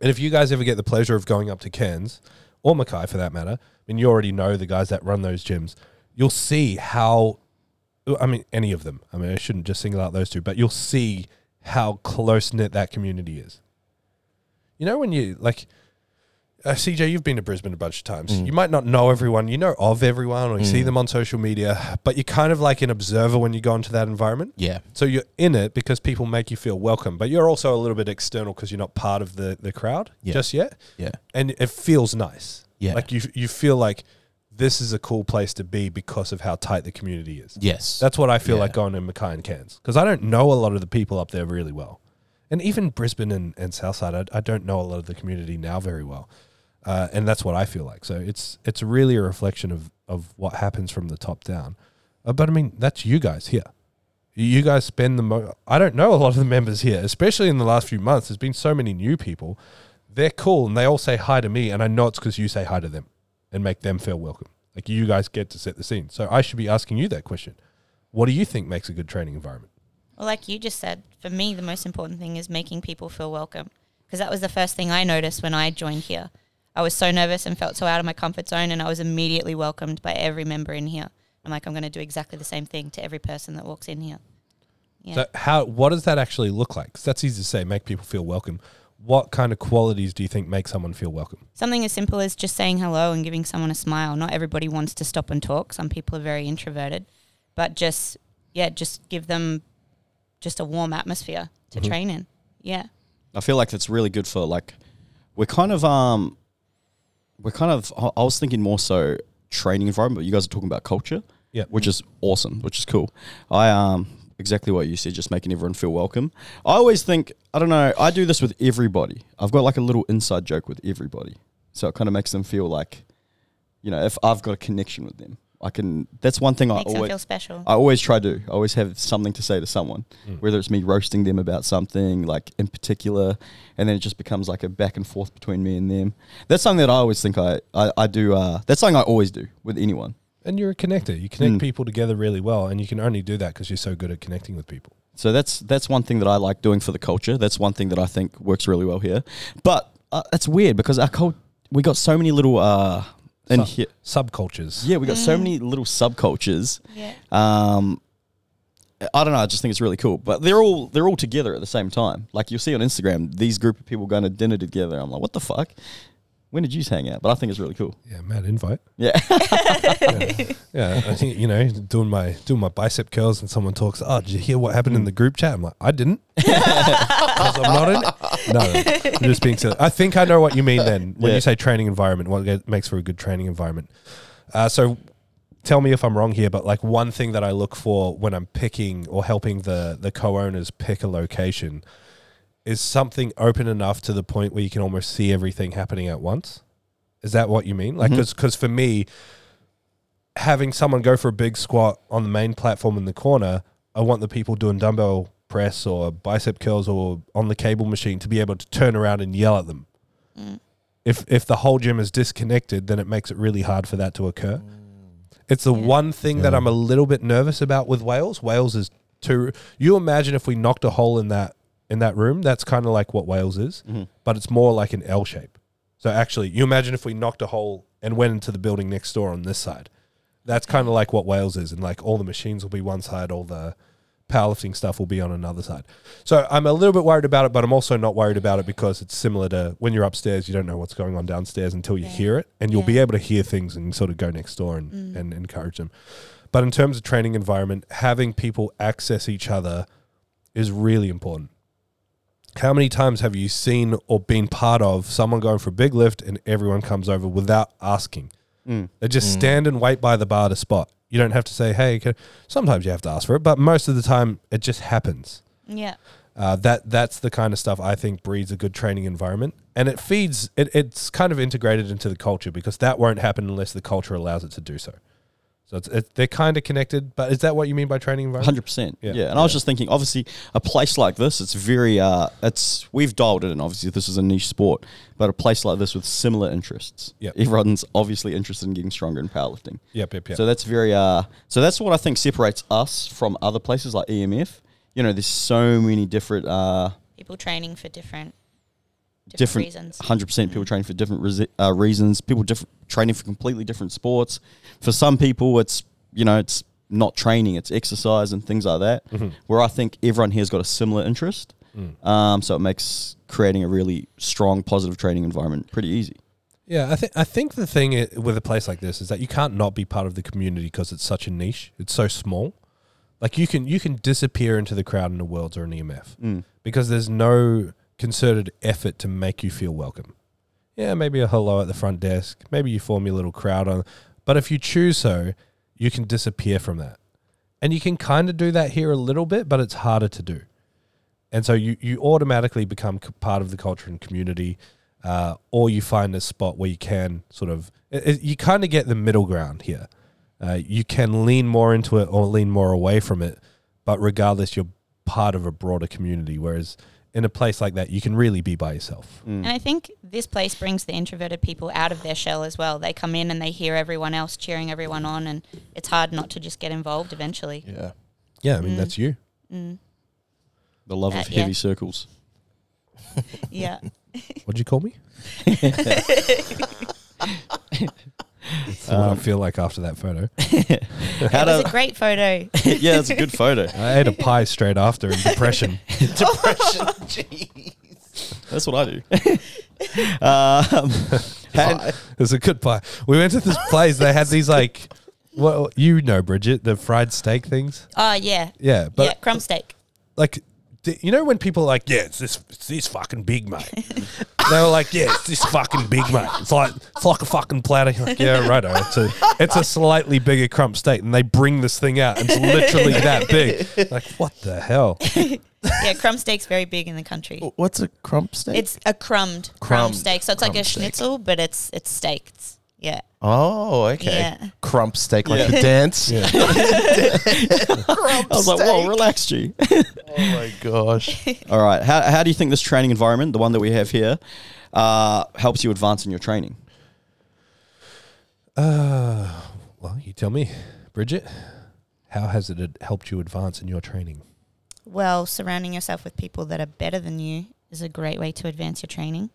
S2: And if you guys ever get the pleasure of going up to Cairns or Mackay for that matter, I mean, you already know the guys that run those gyms, you'll see how, I mean, any of them. I mean, I shouldn't just single out those two, but you'll see how close knit that community is. You know, when you like, uh, CJ, you've been to Brisbane a bunch of times. You might not know everyone, you know of everyone, or you see them on social media, but you're kind of like an observer when you go into that environment.
S5: Yeah.
S2: So you're in it because people make you feel welcome, but you're also a little bit external because you're not part of the, the crowd
S5: Yeah.
S2: just yet.
S5: Yeah.
S2: And it feels nice.
S5: Yeah.
S2: Like you you feel like this is a cool place to be because of how tight the community is.
S5: Yes.
S2: That's what I feel
S5: Yeah.
S2: like going to Mackay and Cairns because I don't know a lot of the people up there really well. And even Brisbane and, and Southside, I, I don't know a lot of the community now very well. Uh, and that's what I feel like. So it's it's really a reflection of, of what happens from the top down. Uh, but I mean, that's you guys here. You guys spend the mo- I don't know a lot of the members here, especially in the last few months. There's been so many new people. They're cool and they all say hi to me. And I know it's because you say hi to them and make them feel welcome. Like you guys get to set the scene. So I should be asking you that question. What do you think makes a good training environment?
S3: Well, like you just said, for me, the most important thing is making people feel welcome. Because that was the first thing I noticed when I joined here. I was so nervous and felt so out of my comfort zone, and I was immediately welcomed by every member in here. I'm like, I'm going to do exactly the same thing to every person that walks in here. Yeah.
S2: So how what does that actually look like? 'Cause that's easy to say, make people feel welcome. What kind of qualities do you think make someone feel welcome?
S3: Something as simple as just saying hello and giving someone a smile. Not everybody wants to stop and talk. Some people are very introverted, but just yeah, just give them just a warm atmosphere to
S2: Mm-hmm.
S3: train in. Yeah.
S4: I feel like that's really good for like we're kind of um we're kind of I- I was thinking more so training environment, but you guys are talking about culture.
S2: Yeah.
S4: Which is awesome, which is cool. I um exactly what you said, just making everyone feel welcome. I always think I don't know, I do this with everybody. I've got like a little inside joke with everybody. So it kind of makes them feel like you know, if I've got a connection with them. I can that's one
S2: Uh,
S4: thing
S3: Makes
S4: I
S3: them
S4: always
S3: feel special.
S4: I always try to. I always have something to say to someone, whether it's me roasting them about something, like in particular, and then it just becomes like a back and forth between me and them. That's something that I always think I, I, I do. Uh, that's something I always do with anyone.
S2: And you're a connector. You connect people together really well, and you can only do that because you're so good at connecting with people.
S4: So that's that's one thing that I like doing for the culture. That's one thing that I think works really well here. But uh, it's weird because our cult, we got so many little uh, in
S2: Sub-
S4: here.
S2: subcultures.
S4: Yeah, we got so many little subcultures.
S3: yeah.
S4: Um, I don't know. I just think it's really cool. But they're all they're all together at the same time. Like you'll see on Instagram, these group of people going to dinner together. I'm like, what the fuck? When did you hang out? But I think it's really cool.
S2: Yeah, mad invite.
S4: Yeah.
S2: Yeah, I think you know, doing my doing my bicep curls, and someone talks. Oh, did you hear what happened in the group chat? I'm like, I didn't. 'Cause I'm not in. it. No, no, I'm just being silly. I think I know what you mean. Then when
S4: Yeah.
S2: you say training environment, what ge- makes for a good training environment? Uh, so, tell me if I'm wrong here, but like one thing that I look for when I'm picking or helping the the co-owners pick a location is something open enough to the point where you can almost see everything happening at once. Is that what you mean? Like, because for me, having someone go for a big squat on the main platform in the corner, I want the people doing dumbbell press or bicep curls or on the cable machine to be able to turn around and yell at them. If if the whole gym is disconnected, then it makes it really hard for that to occur. It's the one thing that I'm a little bit nervous about with Wales. Wales is too. You imagine if we knocked a hole in that in that room, that's kind of like what Wales is, but it's more like an L shape. So actually, you imagine if we knocked a hole and went into the building next door on this side. That's kind of like what Wales is, and like all the machines will be one side, all the powerlifting stuff will be on another side. So I'm a little bit worried about it, but I'm also not worried about it because it's similar to when you're upstairs, you don't know what's going on downstairs until you hear it, and you'll be able to hear things and sort of go next door and, and encourage them. But in terms of training environment, having people access each other is really important. How many times have you seen or been part of someone going for a big lift and everyone comes over without asking? They just
S4: Mm.
S2: stand and wait by the bar to spot. You don't have to say, hey, can-" sometimes you have to ask for it, but most of the time it just happens.
S3: Yeah.
S2: Uh, that that's the kind of stuff I think breeds a good training environment, and it feeds. It, it's kind of integrated into the culture because that won't happen unless the culture allows it to do so. So it's, it, they're kind of connected. But is that what you mean by training environment?
S4: Hundred percent.
S2: Yeah.
S4: Yeah. And I was just thinking, obviously, a place like this, it's very, uh, it's we've dialed it in. Obviously, this is a niche sport, but a place like this with similar interests.
S2: Yep.
S4: Everyone's obviously interested in getting stronger in powerlifting.
S2: Yep, yep, yep.
S4: So that's very, uh, so that's what I think separates us from other places like EMF. You know, there's so many different, uh,
S3: People training for different different,
S4: different
S3: reasons.
S4: 100% people training for different resi- uh, reasons people different training for completely different sports for some people it's you know it's not training it's exercise and things like that where i think everyone here's got a similar interest um, so it makes creating a really strong positive training environment pretty easy
S2: Yeah, I think I think the thing i- with a place like this is that you can't not be part of the community because it's such a niche. It's so small. Like you can you can disappear into the crowd in the worlds or an EMF because there's no concerted effort to make you feel welcome. Yeah, maybe a hello at the front desk. Maybe you form your little crowd on. But if you choose so, you can disappear from that, and you can kind of do that here a little bit, but it's harder to do and so you you automatically become c- part of the culture and community, uh, or you find a spot where you can sort of it, it- you kind of get the middle ground here. Uh, you can lean more into it or lean more away from it, but regardless, you're part of a broader community. Whereas in a place like that, you can really be by yourself.
S3: And I think this place brings the introverted people out of their shell as well. They come in and they hear everyone else cheering everyone on, and it's hard not to just get involved eventually. Mm.
S5: Yeah.
S2: Yeah, I mean that's you.
S4: The love of
S3: Uh, yeah.
S4: heavy circles.
S3: Yeah.
S2: What'd you call me? That's what Uh, I feel like after that photo.
S4: How
S3: It was a
S4: do,
S3: great photo.
S4: yeah, that's a good photo.
S2: I ate a pie straight after in depression.
S5: Depression. Jeez.
S4: That's what I do. um,
S2: it was a good pie. We went to this place. They had these like, well, you know, Bridget, the fried steak things.
S3: Oh, yeah.
S2: Yeah, but
S3: yeah, crumb steak.
S2: like, d- you know, when people are like, yeah, it's this, it's this fucking big mate. they were like, yeah, it's this fucking big mate. It's like, it's like a fucking platter. You're like, yeah, righto. It's a, it's a slightly bigger crump steak, and they bring this thing out, and it's literally that big. Like, what the hell?
S3: Yeah, crumb steak's very big in the country.
S5: What's a crump steak?
S3: It's a crumbed crumb
S5: Crumbed
S3: steak. So it's like
S5: Oh, crumb
S3: a
S5: steak.
S3: schnitzel, but it's it's steak. It's- yeah.
S5: oh, okay.
S3: Yeah.
S5: Crump steak like
S4: Yeah.
S5: the dance.
S4: I was like, whoa, relax, G.
S5: Oh my gosh.
S4: All right. How, how do you think this training environment, the one that we have here, uh, helps you advance in your training?
S2: Uh, Well, you tell me, Bridget. How has it ad- helped you advance in your training?
S3: Well, surrounding yourself with people that are better than you is a great way to advance your training.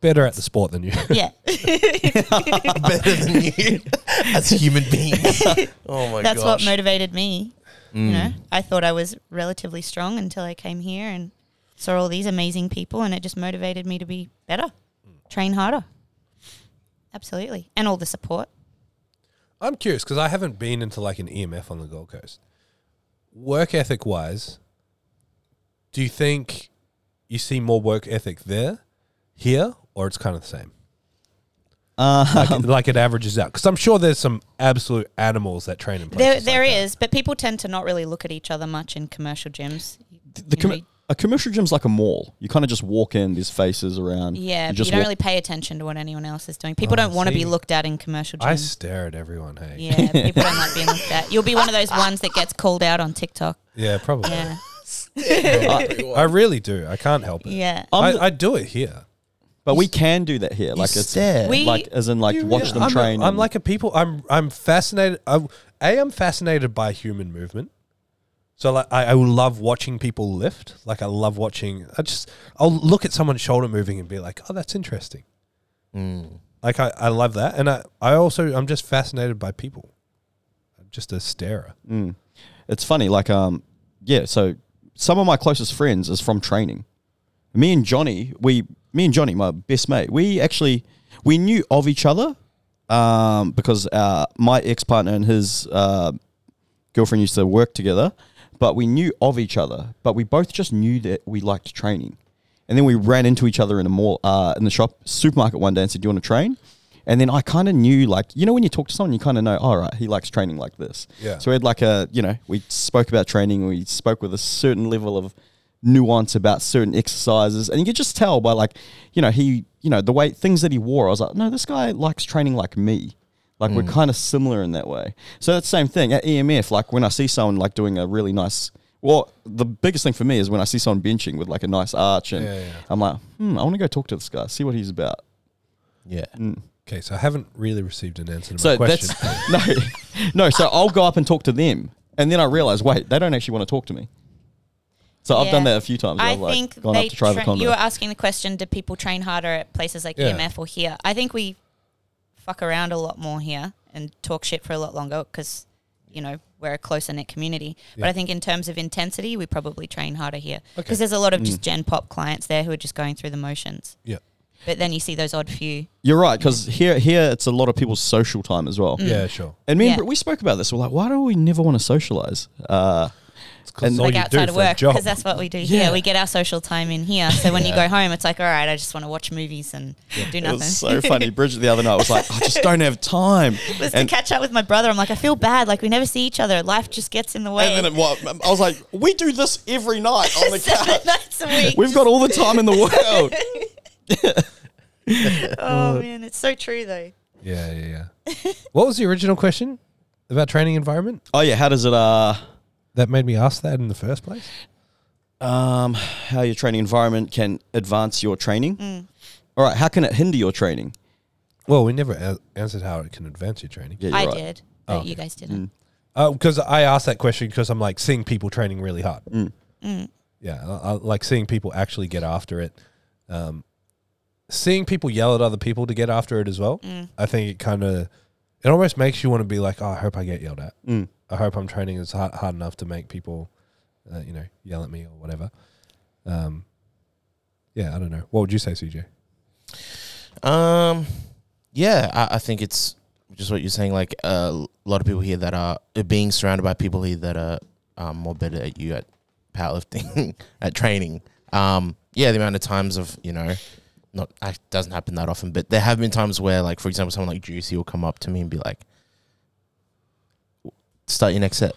S2: Better at the sport than you.
S3: Yeah.
S5: Better than you as a human being. Oh my
S3: That's
S5: gosh.
S3: what motivated me. You know, I thought I was relatively strong until I came here and saw all these amazing people, and it just motivated me to be better, train harder. Absolutely, and all the support.
S2: I'm curious because I haven't been into like an EMF on the Gold Coast. Work ethic wise, do you think you see more work ethic there, here, or it's kind of the same? like, it- like it averages out? Because I'm sure there's some absolute animals that train in
S3: There,
S2: places.
S3: there
S2: like that.
S3: is, but people tend to not really look at each other much in commercial gyms.
S4: The
S3: You
S4: com-
S3: know,
S4: a commercial gym's like a mall. You kind of just walk in, there's faces around.
S3: yeah, but
S4: just
S3: you don't
S4: walk-
S3: really pay attention to what anyone else is doing. People
S2: Oh, I
S3: don't want to
S2: see.
S3: be looked at in commercial gyms.
S2: I stare at everyone. Hey, yeah,
S3: yeah, people don't like being looked at. You'll be one of those ones that gets called out on TikTok.
S2: probably.
S3: Yeah,
S2: I really do. I can't help it.
S3: yeah.
S2: I,
S4: I'm the-
S2: I do it here.
S4: But we can do that here. Like it's
S5: stare.
S3: We-
S4: like as in like
S2: You really-
S4: watch them
S2: I'm a-
S4: train.
S2: I'm
S4: and-
S2: like a people. I'm I'm fascinated. I, a I'm fascinated by human movement. So like I, I love watching people lift. Like I love watching. I just I'll look at someone's shoulder moving and be like, oh, that's interesting.
S4: Mm.
S2: Like I, I love that, and I I also I'm just fascinated by people. I'm just a starer.
S4: it's funny. Like um yeah. So some of my closest friends is from training. Me and Johnny, we me and Johnny, my best mate, we actually we knew of each other um, because uh, my ex partner and his uh, girlfriend used to work together, but we knew of each other. But we both just knew that we liked training, and then we ran into each other in a mall, uh, in the shop supermarket one day, and said, "Do you want to train?" And then I kind of knew, like, you know, when you talk to someone, you kind of know, all right, he likes training like this.
S2: Yeah.
S4: So we had like a, you know, we spoke about training, we spoke with a certain level of nuance about certain exercises, and you could just tell by like, you know, he, you know, the way things that he wore, I was like, no, this guy likes training like me. Like
S2: Mm.
S4: we're kind of similar in that way. So that's the same thing at EMF. Like when I see someone like doing a really nice, well, the biggest thing for me is when I see someone benching with like a nice arch, and
S2: Yeah, yeah.
S4: I'm like, hmm, I want to go talk to this guy, see what he's about.
S5: Yeah.
S2: Okay, so I haven't really received an answer to my
S4: So
S2: question.
S4: that's no, no. So I'll go up and talk to them, and then I realize, wait, they don't actually want to talk to me. So I've done
S3: Yeah.
S4: that a few times.
S3: I
S4: I've Oh, like
S3: think
S4: gone
S3: they
S4: up to try the
S3: train-
S4: condo.
S3: You were asking the question: Do people train harder at places like
S2: Yeah.
S3: EMF or here? I think we fuck around a lot more here and talk shit for a lot longer because you know we're a closer knit community. But I think in terms of intensity, we probably train harder here because
S2: Okay.
S3: there's a lot of just Gen Pop clients there who are just going through the motions.
S2: yeah,
S3: But then you see those odd few.
S4: You're right, because here, here it's a lot of people's social time as well.
S2: yeah, sure.
S4: And me
S3: Mm.
S4: and
S3: Yeah.
S4: Bri- we spoke about this. We're like, why do we never want to socialize? Uh,
S2: And
S4: and
S2: all
S3: like
S2: you do
S3: outside of
S2: for a
S3: work
S2: job.
S3: because that's what we do
S4: Yeah.
S3: here. We get our social time in here. So when you go home, it's like, all right, I just want to watch movies and do
S4: It
S3: nothing.
S4: was so funny. Bridget the other night was like, I just don't have time.
S3: was
S4: and,
S3: to catch up with my brother. I'm like, I feel bad. Like we never see each other. Life just gets in the way.
S4: and then it, what, I was like, we do this every night on the
S3: Seven
S4: couch.
S3: nights a week.
S4: We've got all the time in the world.
S3: oh man, it's so true though.
S2: Yeah, yeah, yeah. what was the original question about training environment
S4: Oh yeah, how does it? Uh,
S2: that made me ask that in the first place?
S4: Um, how your training environment can advance your training.
S3: Mm.
S4: All right, how can it hinder your training?
S2: Well, we never a- answered how it can advance your training.
S4: Yeah,
S3: I
S4: right.
S3: did, but you guys didn't.
S2: Because Uh, I asked that question because I'm like seeing people training really hard. Yeah, I, I like seeing people actually get after it. Um, seeing people yell at other people to get after it as well. I think it kind of, it almost makes you want to be like, oh, I hope I get yelled at.
S4: Mm.
S2: I hope I'm training as hard, hard enough to make people, uh, you know, yell at me or whatever. Um, yeah, I don't know. What would you say, CJ?
S5: Um, yeah, I, I think it's just what you're saying. Like uh, a lot of people here that are uh, being surrounded by people here that are um, more better at you at powerlifting, at training. Um, yeah, the amount of times of you know, not it doesn't happen that often, but there have been times where, like for example, someone like Juicy will come up to me and be like, "Start your next set."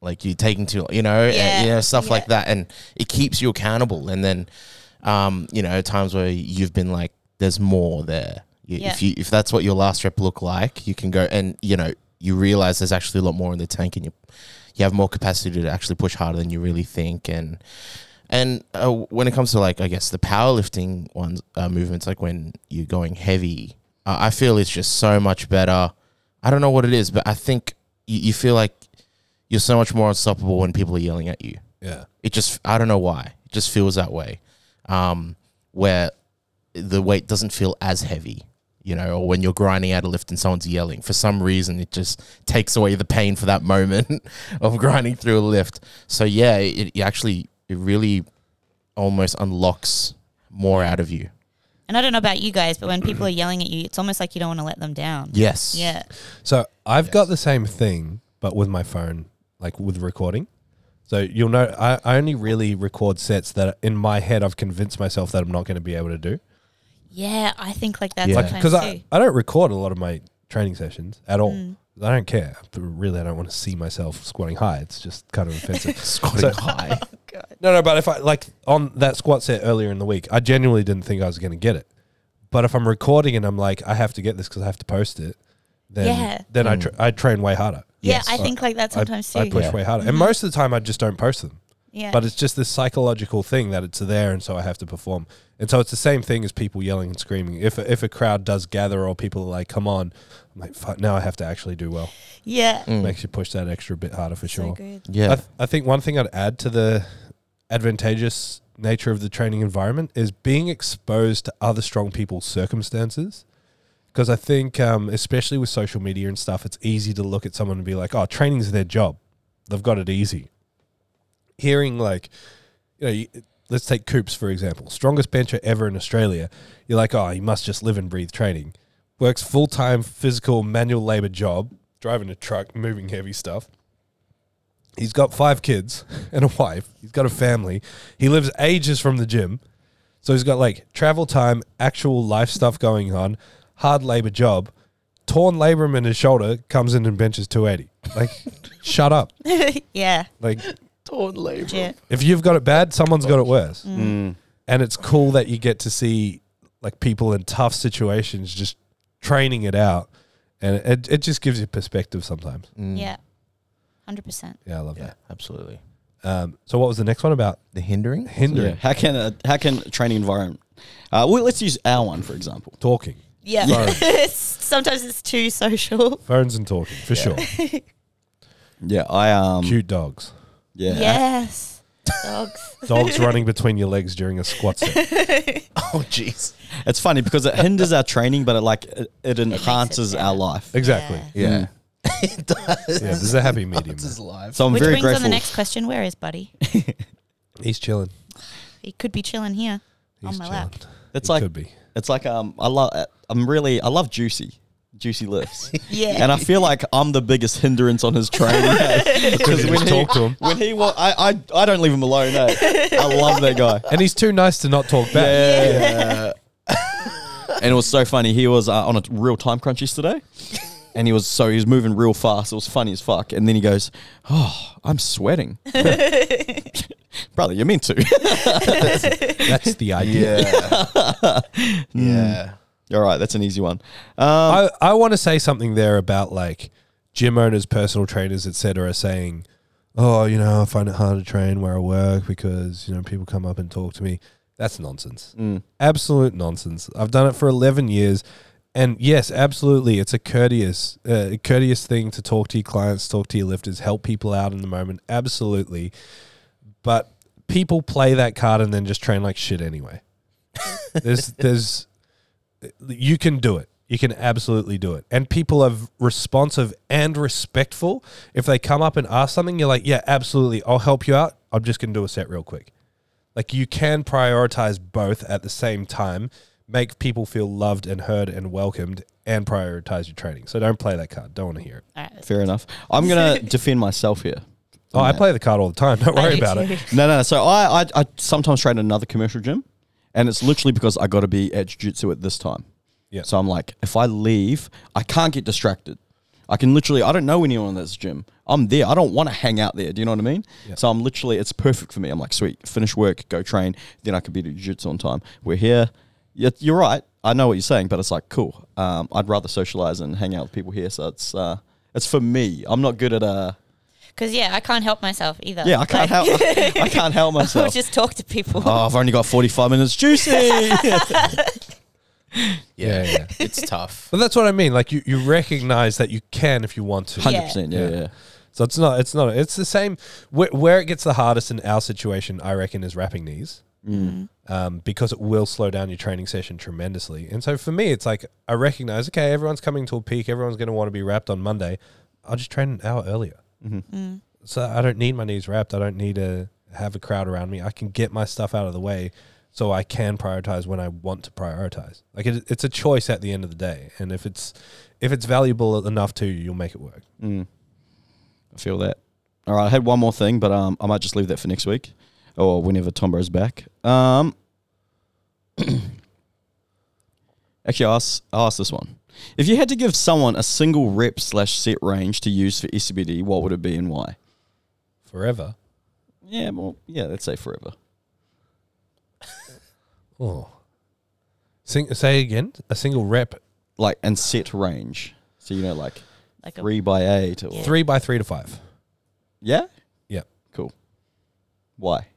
S5: Like you taking too, you know, and-
S3: Yeah,
S5: you know, stuff
S3: yeah.
S5: like that, and it keeps you accountable. And then, um, you know, times where you've been like, there's more there. You,
S3: Yeah.
S5: If you if that's what your last rep looked like, you can go and you know you realize there's actually a lot more in the tank, and you you have more capacity to actually push harder than you really think. And and uh, when it comes to like I guess the powerlifting ones uh, movements, like when you're going heavy, uh, I feel it's just so much better. I don't know what it is, but I think you, you feel like you're so much more unstoppable when people are yelling at you.
S2: Yeah.
S5: It just I don't know why. It just feels that way. Um, where the weight doesn't feel as heavy, you know, or when you're grinding out a lift and someone's yelling. For some reason it just takes away the pain for that moment of grinding through a lift. So yeah, it, it actually it really almost unlocks more out of you.
S3: And I don't know about you guys, but when people are yelling at you, it's almost like you don't want to let them down.
S5: Yes.
S3: Yeah.
S2: So I've got the same thing, but with my phone, like with recording. So you'll know I, I only really record sets that in my head I've convinced myself that I'm not going to be able to do.
S3: Yeah, I think like that
S5: Yeah.
S2: Like
S3: sometimes
S2: because
S3: too. Mm.
S2: I, I don't record a lot of my training sessions at all. I don't care. Really, I don't want to see myself squatting high. It's just kind of offensive.
S5: Squatting
S2: So-
S5: high.
S2: No, no, but if I like on that squat set earlier in the week, I genuinely didn't think I was going to get it. But if I'm recording and I'm like, I have to get this because I have to post it, then
S3: Yeah. Mm.
S2: then I tra- I train way harder.
S3: yeah,
S5: Yes.
S3: I think like that
S2: I-
S3: sometimes
S2: I,
S3: too.
S2: push way harder. And most of the time, I just don't post them.
S3: yeah.
S2: But it's just this psychological thing that it's there, and so I have to perform. And so it's the same thing as people yelling and screaming. If if a crowd does gather or people are like, "Come on," I'm like, "Fuck!" Now I have to actually do well.
S3: yeah.
S5: Hmm.
S2: Makes you push that extra bit harder for
S3: So
S2: sure.
S3: good.
S5: Mm. Yeah.
S2: I, th- I think one thing I'd add to the advantageous nature of the training environment is being exposed to other strong people's circumstances. Because I think, um, especially with social media and stuff, it's easy to look at someone and be like, oh, training's their job. They've got it easy. Hearing, like, you know, you, let's take Coops, for example, strongest bencher ever in Australia. You're like, oh, he must just live and breathe training. Works full time physical manual labor job, driving a truck, moving heavy stuff. He's got five kids and a wife. He's got a family. He lives ages from the gym. So he's got like travel time, actual life stuff going on, hard labor job, torn labrum in his shoulder, comes in and benches 280. Like, shut up.
S3: yeah.
S2: Like,
S5: Torn labor.
S3: Legit.
S2: if you've got it bad, someone's got it worse. And it's cool that you get to see like people in tough situations just training it out. And it, it just gives you perspective sometimes.
S3: Yeah. 100%.
S2: Yeah, I love
S5: Yeah, absolutely.
S2: that. Um, so, what was the next one about
S5: The hindering?
S2: hindering
S4: Yeah. How can a, how can a training environment? Uh, well, let's use our one for example.
S2: talking?
S3: Yeah.
S2: Sorry.
S3: It's- sometimes it's too social.
S2: Phones and talking, for sure.
S4: Yeah, I um.
S2: Cute dogs.
S4: Yeah.
S3: Yes. Dogs.
S2: Dogs running between your legs during a squat set.
S5: Oh jeez.
S4: It's funny because it hinders our training, but it like it, it enhances
S3: better.
S4: our life. Mm.
S2: Exactly. Yeah,
S5: Yeah. it does.
S2: this is a happy medium.
S5: It's live.
S4: So I'm
S3: Which
S4: very
S3: brings
S4: grateful.
S3: on the next question. Where is Buddy?
S2: He's chilling.
S3: He could be chilling here
S2: He's
S3: on my
S2: chilling.
S3: lap.
S4: It's
S2: He
S4: like
S2: could be.
S4: it's like um. I love. I'm really. I love juicy, juicy lifts.
S3: Yeah.
S4: And I feel like I'm the biggest hindrance on his training. Because
S2: You just talk to him.
S4: when he wa- I, I I don't leave him alone. eh? I love that guy.
S2: And he's too nice to not talk back.
S4: And it was so funny. He was uh, on a real time crunch yesterday, and he was so he was moving real fast. It was funny as fuck. And then he goes, "Oh, I'm sweating, brother. You meant to."
S2: That's the idea.
S5: Yeah. Mm. yeah.
S4: All right, that's an easy one. Um,
S2: I, I want to say something there about like gym owners, personal trainers, etc. are saying, oh, you know, I find it hard to train where I work because, you know, people come up and talk to me. That's nonsense. Absolute nonsense. I've done it for 11 years. And yes, absolutely. It's a courteous, uh, courteous thing to talk to your clients, talk to your lifters, help people out in the moment. Absolutely. But people play that card and then just train like shit anyway. there's, there's, you can do it. You can absolutely do it. And people are responsive and respectful. If they come up and ask something, you're like, yeah, absolutely. I'll help you out. I'm just going to do a set real quick. Like you can prioritize both at the same time, make people feel loved and heard and welcomed, and prioritize your training. So don't play that card. Don't want to hear it.
S3: All right.
S4: Fair enough. I'm gonna defend myself here.
S2: Oh, I play the card all the time. Don't worry
S3: do
S2: about
S3: too.
S2: it.
S4: No, no. no. So I, I, I sometimes train at another commercial gym, and it's literally because I got to be at jiu-jitsu at this time.
S2: Yeah.
S4: So I'm like, if I leave, I can't get distracted. I can literally, I don't know anyone in this gym. I'm there. I don't want to hang out there. Do you know what I mean? So I'm literally, it's perfect for me. I'm like, sweet, finish work, go train, then I can be to jiu-jitsu on time. We're here. Yeah, You're right. I know what you're saying, but it's like, cool. Um, I'd rather socialize and hang out with people here. So it's, uh, it's for me. I'm not good at, uh,
S3: Because, yeah, I can't help myself either.
S4: yeah, I can't help, I, can't help
S3: I'll
S4: myself.
S3: just talk to people.
S4: Oh, I've only got 45 minutes. Juicy.
S2: Yeah, yeah.
S5: it's tough.
S2: But that's what I mean. Like you, you recognize that you can if you want to.
S4: 100%. Yeah, yeah. yeah.
S2: So it's not, it's not, it's the same. Where, where it gets the hardest in our situation, I reckon, is wrapping knees. Um, because it will slow down your training session tremendously. And so for me, it's like I recognize, okay, everyone's coming to a peak. Everyone's going to want to be wrapped on Monday. I'll just train an hour earlier. So I don't need my knees wrapped. I don't need to have a crowd around me. I can get my stuff out of the way so I can prioritize when I want to prioritize. Like it, it's a choice at the end of the day. And if it's, if it's valuable enough to you, you'll make it work.
S4: I feel that. All right, I had one more thing, but um, I might just leave that for next week or whenever Tombo's back. Um, actually, I'll ask, I'll ask this one. If you had to give someone a single rep slash set range to use for SCBD, what would it be and why?
S2: Forever.
S4: Yeah, well, yeah, let's say forever.
S2: Oh. Sing, say again. A single rep,
S4: Like, and set range. So, you know, like
S3: like a,
S4: three by eight or.
S2: three by three to five.
S4: Yeah?
S2: Yeah.
S4: Cool. Why?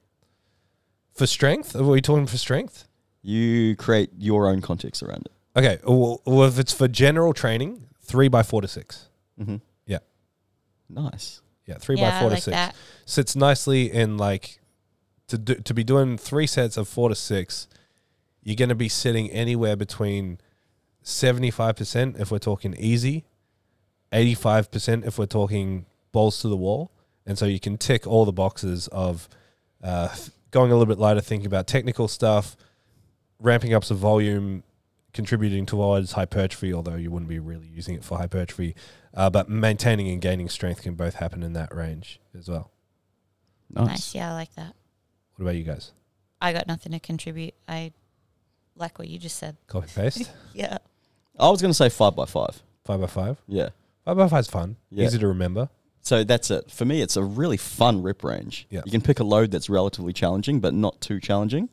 S2: For strength, are we talking for strength?
S4: You create your own context around it.
S2: Okay. Well, well, if it's for general training, three by four to 6 Mm-hmm. Yeah.
S4: Nice.
S2: Yeah. Three
S3: Yeah,
S2: by
S3: I
S2: four to
S3: like
S2: six
S3: that.
S2: sits nicely in like to do, to be doing three sets of four to six. You're going to be sitting anywhere between seventy five percent if we're talking easy, eighty five percent if we're talking balls to the wall, and so you can tick all the boxes of uh, th- going a little bit lighter, thinking about technical stuff, ramping up some volume, contributing towards hypertrophy, although you wouldn't be really using it for hypertrophy. Uh, but maintaining and gaining strength can both happen in that range as well.
S3: nice. Yeah, I like that.
S2: What about you guys?
S3: I got nothing to contribute. I like what you just said.
S2: Copy paste?
S3: Yeah.
S4: I was going to say five by five.
S2: five by five?
S4: Yeah.
S2: Five by five's fun.
S4: Yeah.
S2: Easy to remember.
S4: So that's it. For me, it's a really fun rep range.
S2: Yeah.
S4: You can pick a load that's relatively challenging, but not too challenging.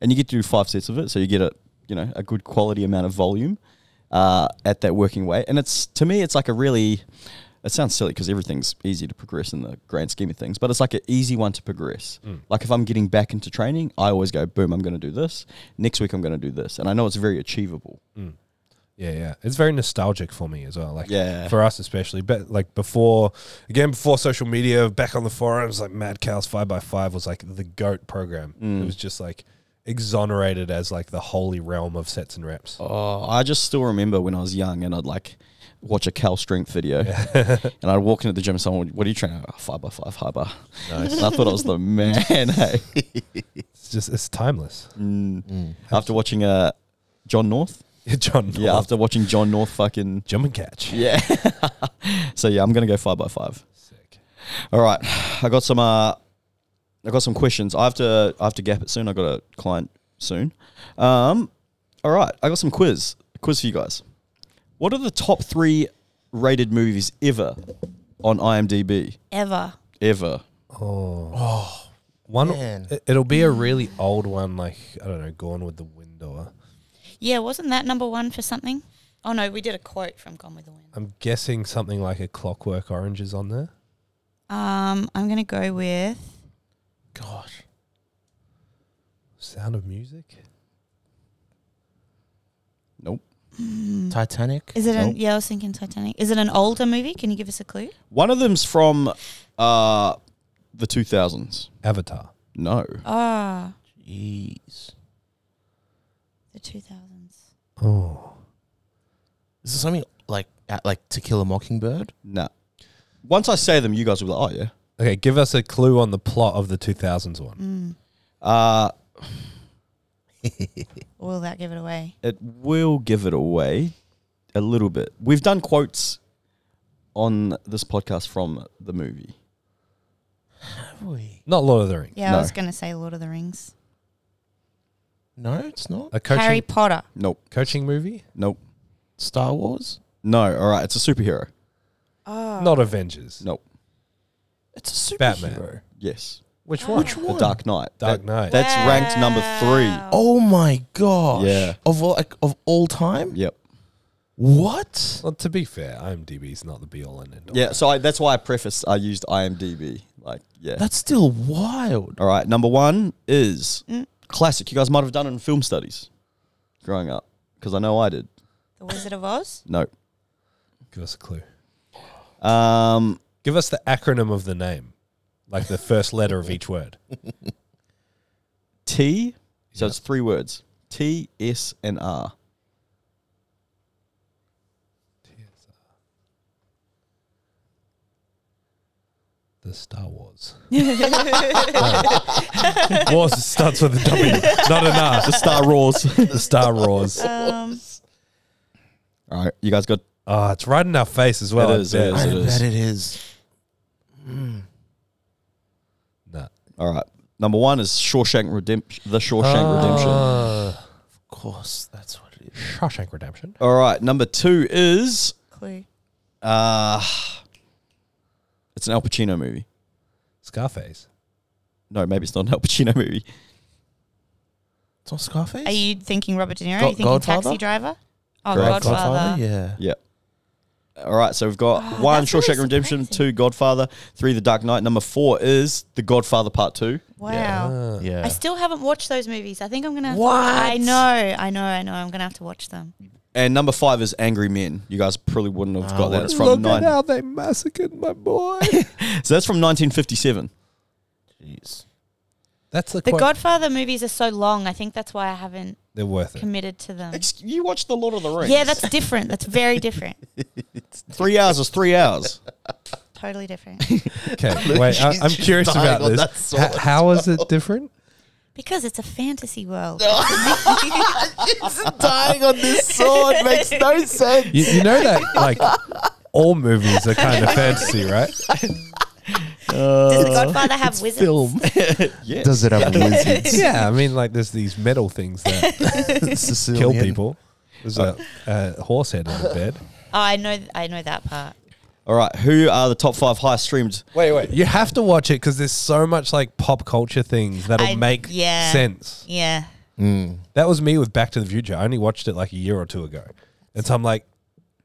S4: And you get to do five sets of it. So you get a, you know, a good quality amount of volume uh, at that working weight. And it's, to me, it's like a really, it sounds silly because everything's easy to progress in the grand scheme of things, but it's like an easy one to progress. Like if I'm getting back into training, I always go, boom, I'm going to do this. Next week, I'm going to do this. And I know it's very achievable.
S2: Yeah, yeah. It's very nostalgic for me as well. Like
S4: Yeah.
S2: for us especially. But like before again, before social media, back on the forums, like Mad Cows five by five was like the GOAT program.
S4: Mm.
S2: It was just like exonerated as like the holy realm of sets and reps.
S4: Oh, I just still remember when I was young and I'd like watch a Cal Strength video and I'd walk into the gym and someone would, what are you training? Oh, five by five, high bar. Nice. And I thought I was the man, hey.
S2: It's just it's timeless.
S5: Mm.
S4: after watching uh, John North.
S2: John
S4: Yeah,
S2: North.
S4: after watching John North fucking.
S2: jump and catch.
S4: Yeah. so yeah, I'm going to go five by five. All right. I got some, uh, I got some questions. I have to, I have to gap it soon. I got a client soon. Um, all right. I got some quiz, quiz for you guys. What are the top three rated movies ever on IMDb?
S3: Ever.
S4: Ever?
S2: Oh.
S4: Oh,
S2: One
S5: Man.
S2: it- it'll be
S4: Mm.
S2: a really old one, like I don't know, Gone with the Wind or
S3: Yeah, wasn't that number one for something? Oh no, we did a quote from Gone with the Wind.
S2: I'm guessing something like a Clockwork Orange is on there.
S3: Um, I'm gonna go with
S5: Gosh.
S2: Sound of Music.
S4: Nope.
S5: Titanic.
S3: Is it an
S4: Nope.
S3: yeah, I was thinking Titanic. Is it an older movie? Can you give us a clue?
S4: One of them's from uh, the 2000s.
S2: Avatar.
S4: No.
S3: Ah,
S5: Jeez.
S3: the two thousands.
S2: Oh.
S5: Is it something like at, like To Kill a Mockingbird?
S4: Nah. Once I say them, you guys will be like, oh, yeah.
S2: Okay, give us a clue on the plot of the 2000s one.
S4: Uh,
S3: Or will that give it away?
S4: it will give it away a little bit. We've done quotes on this podcast from the movie.
S2: Not Lord of the Rings.
S3: Yeah,
S4: No.
S3: I was gonna say Lord of the Rings.
S5: No, it's not.
S2: A coaching,
S3: Harry Potter.
S4: Nope.
S2: coaching movie?
S4: Nope.
S5: Star Wars.
S4: No. All right. It's a superhero.
S2: Not Avengers.
S4: Nope.
S5: It's a superhero.
S2: Batman.
S4: Yes.
S2: Oh. Which one?
S4: The Dark Knight.
S2: Dark
S4: That-
S2: Knight.
S4: That's ranked number
S3: Um,
S4: three.
S5: Oh my gosh!
S4: Yeah.
S5: Of all like, of all time.
S4: Yep.
S5: What?
S2: Well, to be fair, IMDb is not the be all and end all.
S4: Yeah. So I, that's why I prefaced. I used IMDb. Like, yeah.
S5: That's still wild.
S4: All right. Number one is classic. You guys might have done it in film studies growing up because I know I did.
S3: The Wizard of Oz?
S4: No.
S2: Give us a clue.
S4: Um,
S2: Give us the acronym of the name, like the first letter of each word.
S4: T. So it's three words T, S, and R.
S2: The Star Wars. No. Wars starts with a W, not an R. The Star Wars. the Star Wars.
S3: Um,
S4: All right. You guys got.
S2: Oh, it's right in our face as well.
S4: It
S2: I
S4: is, it
S2: bet.
S4: is.
S5: I bet it is. Mm,
S2: Nah.
S4: All right. Number one is Shawshank Redemption. The Shawshank
S2: Ah.
S4: Redemption.
S5: Of course, that's what it is.
S2: Shawshank Redemption.
S4: All right. Number two is.
S3: clue.
S4: Uh, it's an Al Pacino movie.
S2: Scarface.
S4: No, maybe it's not an Al Pacino movie.
S5: It's not Scarface.
S3: Are you thinking Robert De Niro?
S5: Go-
S3: Are you thinking
S5: Godfather?
S3: Taxi Driver? Oh,
S4: Correct.
S3: Godfather.
S5: Yeah.
S4: Yeah. All right, so we've got
S3: Wow,
S4: one
S3: that's really
S4: Shawshank Redemption, two Godfather, three The Dark Knight. Number four is The Godfather Part Two.
S3: Wow.
S5: Yeah.
S3: I still haven't watched those movies. I think I'm gonna. Have
S5: What?
S3: I know, I know, I know. I'm gonna have to watch them.
S4: And number five is Angry Men. You guys probably wouldn't have got that. It's from nine.
S2: they massacred my boy.
S4: So that's from 1957.
S5: Jeez.
S2: That's the,
S3: The
S2: quote.
S3: Godfather movies are so long. I think that's why I haven't
S2: They're worth it.
S3: committed to them.
S4: Ex- You watched The Lord of the Rings.
S3: Yeah, that's different. That's very different.
S4: three hours is three hours.
S3: totally different.
S2: Okay, wait. I, I'm
S5: She's
S2: curious
S5: dying
S2: about
S5: on
S2: this.
S5: that sword
S2: H- how is it different?
S3: Because it's a fantasy world.
S5: Dying on this sword makes no sense.
S2: You, you know that like all movies are kind of fantasy, right?
S3: Does The Godfather have wizards?
S4: Yeah.
S5: Does it have wizards?
S2: Yeah, I mean, like there's these metal things that kill
S5: Sicilian.
S2: people. There's a, a horse head in the bed.
S3: Oh, I know, I know that part.
S4: All right, who are the top five highest streamed?
S2: Wait, wait. You have to watch it because there's so much like pop culture things that'll
S3: I-
S2: make
S3: yeah.
S2: sense.
S3: Yeah,
S2: That was me with Back to the Future. I only watched it like a year or two ago. And so I'm like,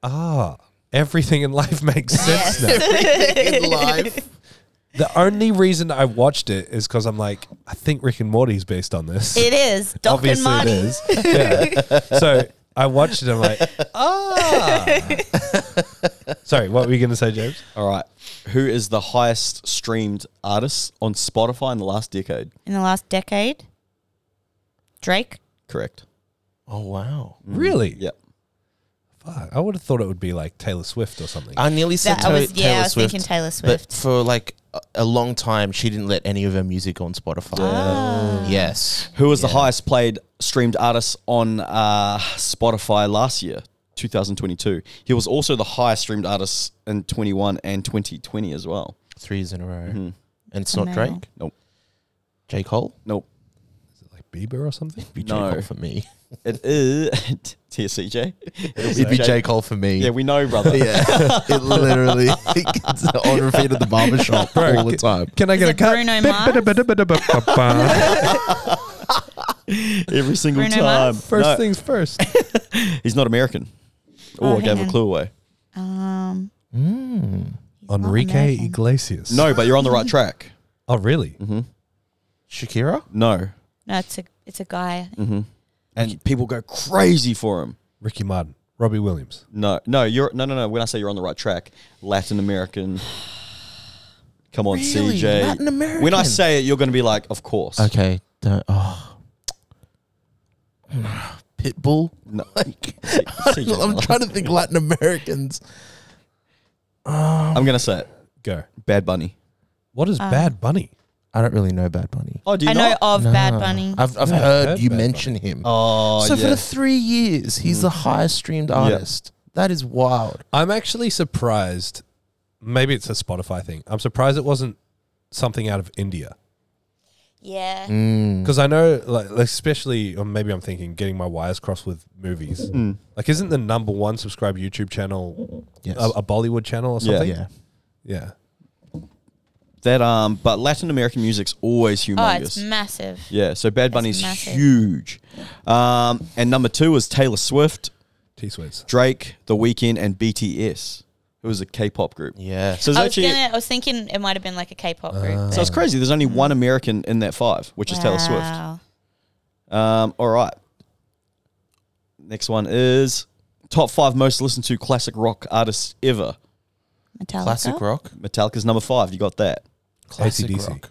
S2: ah, everything in life makes sense now.
S5: in life.
S2: The only reason I watched it is because I'm like, I think Rick and Morty's based on this.
S3: it is. Doc and
S2: Obviously, it
S3: Marty.
S2: is. Yeah. so I watched it. I'm like, ah. Sorry, what were you going to say, James?
S4: All right, who is the highest streamed artist on Spotify in the last decade?
S3: In the last decade, Drake.
S4: Correct. Mm.
S5: Oh wow!
S2: Really?
S4: Yep.
S2: Fuck, I would have thought it would be like Taylor Swift or something.
S5: I nearly said
S3: That- I
S5: Ta-
S3: was- yeah,
S5: Taylor
S3: I was
S5: Swift,
S3: thinking Taylor Swift.
S5: but for like a, a long time, she didn't let any of her music on Spotify. Yes,
S4: Who was the highest played streamed artist on uh, Spotify last year, 2022? He was also the highest streamed artist in 21 and 2020 as well.
S5: threes in a row, and it's
S3: Wow.
S5: not Drake.
S4: Nope.
S5: J Cole.
S4: Nope.
S2: Is it like Bieber or something?
S5: Be E J
S4: No.
S5: Cole for me.
S4: It is. TSCJ?
S5: It'd be E J Cole for
S4: E
S5: me.
S4: Yeah, we know, brother.
S5: yeah. it literally it's on repeat at the barbershop
S2: Bro,
S5: all the
S2: get-
S5: time.
S2: Can I
S3: Is
S2: get a
S3: it
S2: cut?
S3: Bruno
S4: Every single
S3: Bruno
S4: time.
S3: Mars?
S2: First
S4: No,
S2: things first.
S4: He's not American. Oh,
S3: Oh,
S4: I gave
S3: hang
S4: a
S3: on.
S4: clue away.
S3: Um, not
S2: Enrique
S3: American.
S2: Iglesias.
S4: No, but you're on the right track.
S2: Oh, really?
S5: Shakira?
S4: No.
S3: No, it's a it's a guy.
S4: And people go crazy for him.
S2: Ricky Martin. Robbie Williams.
S4: No, no, you're no, no, no. When I say you're on the right track, Latin American. Come on,
S5: Really?
S4: CJ.
S5: Latin American?
S4: When I say it, you're going to be like, of course.
S5: Okay. Don't, oh. Pitbull?
S4: No.
S5: Like,
S4: CJ
S5: I'm trying to think Latin Americans.
S4: I'm going to say it.
S2: Go.
S4: Bad Bunny.
S2: What
S3: Um,
S2: is Bad Bunny?
S5: I don't really know Bad Bunny.
S4: Oh, do you
S3: I know
S4: not?
S3: of Bad Bunny.
S5: I've, I've
S2: Yeah, I've
S5: heard,
S2: heard
S5: you
S2: Bad
S5: mention him.
S4: Oh,
S5: so
S4: yeah.
S5: for the three years, he's the highest streamed artist. That is wild.
S2: I'm actually surprised. Maybe it's a Spotify thing. I'm surprised it wasn't something out of India.
S3: Yeah.
S2: Because I know, like, like, especially, or maybe I'm thinking getting my wires crossed with movies. Like, isn't the number one subscribed YouTube channel
S5: Yes.
S2: a, a Bollywood channel or
S4: Yeah.
S2: something?
S5: Yeah.
S2: Yeah.
S4: that um, but Latin American music's always
S3: Oh,
S4: humongous.
S3: it's massive.
S4: yeah, so Bad Bunny's
S3: massive.
S4: huge. Um, and number two is Taylor Swift,
S2: T Sweats.
S4: Drake, The Weeknd, and BTS, who is a K-pop group.
S5: Yeah.
S4: So it's
S3: I was
S4: actually Uh,
S3: gonna. I was thinking it might have been like a K-pop group.
S4: so it's crazy. There's
S3: Mm-hmm.
S4: only one American in that five, which is Taylor Swift. Um, all right. Next one is top five most listened to classic rock artists ever.
S3: Metallica.
S5: Classic rock.
S4: Metallica's number five. You got that.
S5: Classic
S2: AC/DC.
S5: rock.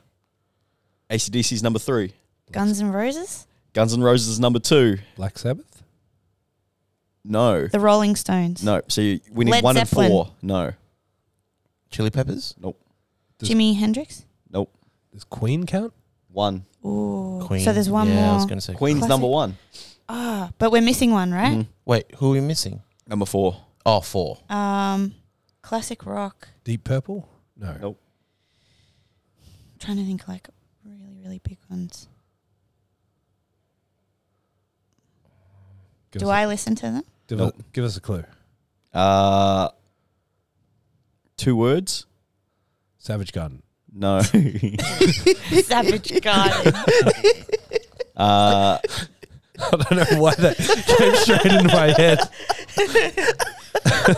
S4: ACDC's number three.
S3: Guns N' Roses.
S4: Guns N' Roses is number two.
S2: Black Sabbath.
S4: No.
S3: The Rolling Stones.
S4: No. So you, we need
S3: Led
S4: one
S3: Zeppelin.
S4: and four. No.
S5: Chili Peppers?
S4: Nope.
S3: Jimi Hendrix.
S4: Nope.
S2: Does Queen count?
S4: One.
S3: Ooh.
S5: Queen.
S3: Oh, So there's one
S5: yeah, I was
S3: more.
S5: going to say.
S4: Queen's
S3: Classic.
S4: number one. Mm-hmm.
S3: Ah, but we're missing one, right?
S5: Wait, who are we missing?
S4: Number four.
S5: Oh, four.
S4: Mm-hmm.
S3: Um, classic rock.
S2: Deep Purple? No.
S4: Nope.
S3: I'm trying to think like really, really big ones.
S2: Give
S3: Do
S2: us a-
S3: I listen to them?
S2: give,
S4: Nope.
S2: us- give us a clue.
S4: Uh, two words.
S2: Savage Garden.
S4: No.
S3: Savage Garden.
S4: uh,
S2: I don't know why that came straight into my head.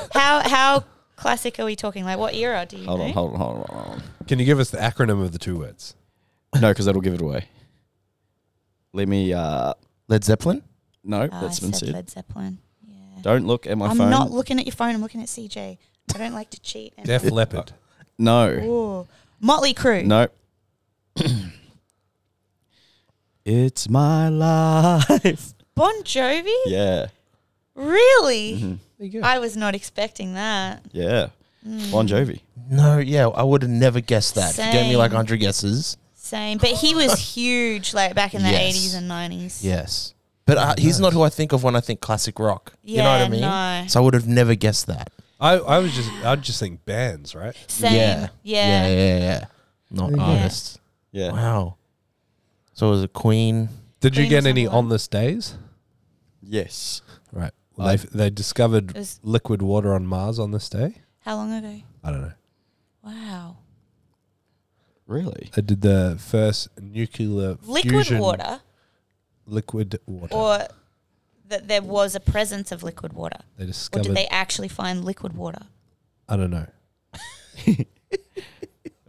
S3: How how classic are we talking? Like what era do you
S4: hold
S3: know?
S4: on. Hold on. Hold on. Hold
S2: Can you give us the acronym of the two words?
S4: on. No, because that'll give it away. Let me. Uh,
S5: Led Zeppelin?
S4: no,
S3: Ah,
S4: that's
S3: I
S4: been
S3: said
S4: said.
S3: Led Zeppelin. Yeah.
S4: Don't look at my
S3: I'm
S4: phone.
S3: not looking at your phone. I'm looking at CJ. I don't like to cheat. And
S2: Def Leopard.
S4: no.
S3: Ooh. Motley Crue.
S4: No. it's my life.
S3: Bon Jovi.
S4: Yeah. Mm-hmm.
S3: Really?
S2: There you go.
S3: I was not expecting that.
S4: Yeah.
S3: Mm.
S4: Bon Jovi.
S5: No, yeah, I would have never guessed that. If You gave me
S3: Same.
S5: like 100 guesses.
S3: Same, but he was huge, like back in the
S5: Yes.
S3: eighties and nineties.
S5: Yes. But uh, he's not who I think of when I think classic rock. you know what I
S3: Yeah,
S5: mean?
S3: no.
S5: So I would have never guessed that.
S2: I, I was just I'd just think bands, right?
S3: Same. Yeah.
S5: Yeah, yeah, yeah. Not artists.
S4: Yeah.
S5: Wow. So it was a Queen.
S2: Did you
S3: Queen
S2: get
S3: was
S2: any
S3: number one.
S2: on this days?
S4: Yes.
S2: Right. They they discovered
S3: was-
S2: liquid water on Mars on this day.
S3: How long ago?
S2: I don't know.
S3: Wow.
S4: Really?
S2: They did the first nuclear
S3: Liquid
S2: fusion-
S3: water,
S2: Liquid water.
S3: or that there was a presence of liquid water,
S2: they
S3: or
S2: discovered.
S3: did they actually find liquid water?
S2: I don't know.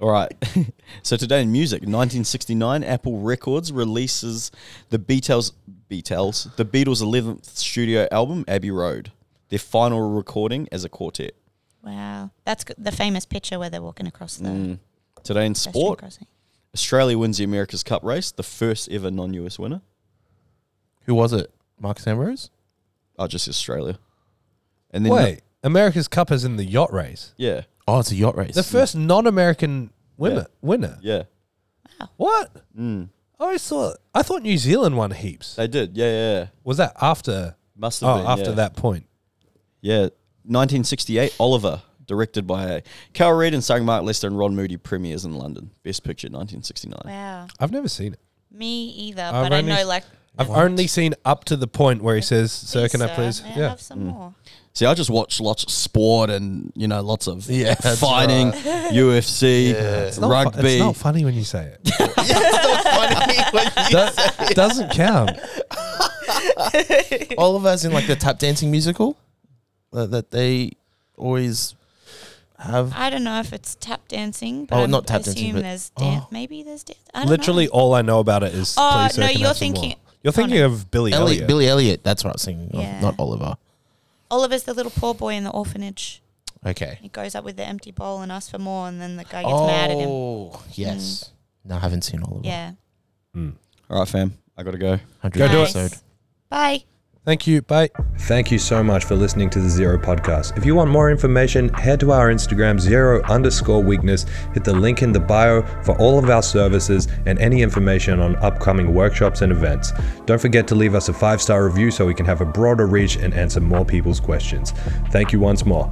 S4: All right. so today in music, 1969, Apple Records releases the Beatles, Beatles, the Beatles' 11th studio album, Abbey Road, their final recording as a quartet.
S3: Wow, that's g- the famous picture where they're walking across the
S5: Mm.
S4: Today in
S3: pedestrian
S4: sport,
S3: crossing.
S4: Australia wins the America's Cup race, the first ever non-US winner.
S5: Who was it? Marcus Ambrose?
S4: Oh, just Australia. And then
S2: Wait, America's Cup is in the yacht race.
S4: yeah,
S5: Oh, it's a yacht race.
S2: The first non-American winner. Winner.
S4: yeah,
S2: What? I always thought I thought New Zealand won heaps.
S4: they did. Yeah, yeah, yeah.
S2: Was that after?
S4: must have
S2: Oh,
S4: been
S2: after
S4: yeah.
S2: that point.
S4: Yeah, 1968, Oliver, directed by Cal Reed and starring Mark Lester and Ron Moody, premieres in London. Best Picture, 1969.
S3: Wow,
S2: I've never seen it.
S3: me either,
S2: I've
S3: but I
S2: only-
S3: know like.
S2: I've only seen up to the point where he says, "Sir, can I
S3: sir,
S2: please?"
S3: may I
S2: Yeah.
S3: have
S5: Mm.
S3: some more.
S4: See, I just watch lots of sport and you know lots of
S5: Yeah, that's
S4: fighting, UFC,
S2: not fu-
S4: Uh, rugby.
S2: it's not funny when you say it.
S5: first.
S2: Do- doesn't count.
S5: Oliver's in like the tap dancing musical uh, that they always have?
S3: I don't know if it's tap dancing, but
S5: Oh,
S3: I'm-
S5: not tap
S3: I assume
S5: dancing, but-
S3: there's dan- maybe there's dance. I don't
S2: Oh. Literally,
S3: know.
S2: all I know about it is.
S3: Oh,
S2: please, sir,
S3: no,
S2: can I
S3: you're
S2: have some more?
S3: thinking-
S2: You're thinking
S3: Connor.
S2: of Billy
S5: Elliot,
S2: Elliot.
S5: Billy Elliot. That's what I was thinking of,
S3: Yeah.
S5: not Oliver.
S3: Oliver's the little poor boy in the orphanage.
S5: Okay.
S3: He goes up with the empty bowl and asks for more, and then the guy gets mad at
S5: Oh.
S3: him. Mm.
S5: yes. No, I haven't seen Oliver.
S3: Yeah.
S4: All right, fam. I gotta go.
S5: 100
S2: Go do it.
S5: episode.
S3: Bye.
S2: Thank you. Bye.
S1: Thank you so much for listening to the Zero Podcast. If you want more information, head to our Instagram, zero underscore weakness, hit the link in the bio for all of our services and any information on upcoming workshops and events. Don't forget to leave us a five star review so we can have a broader reach and answer more people's questions. Thank you once more.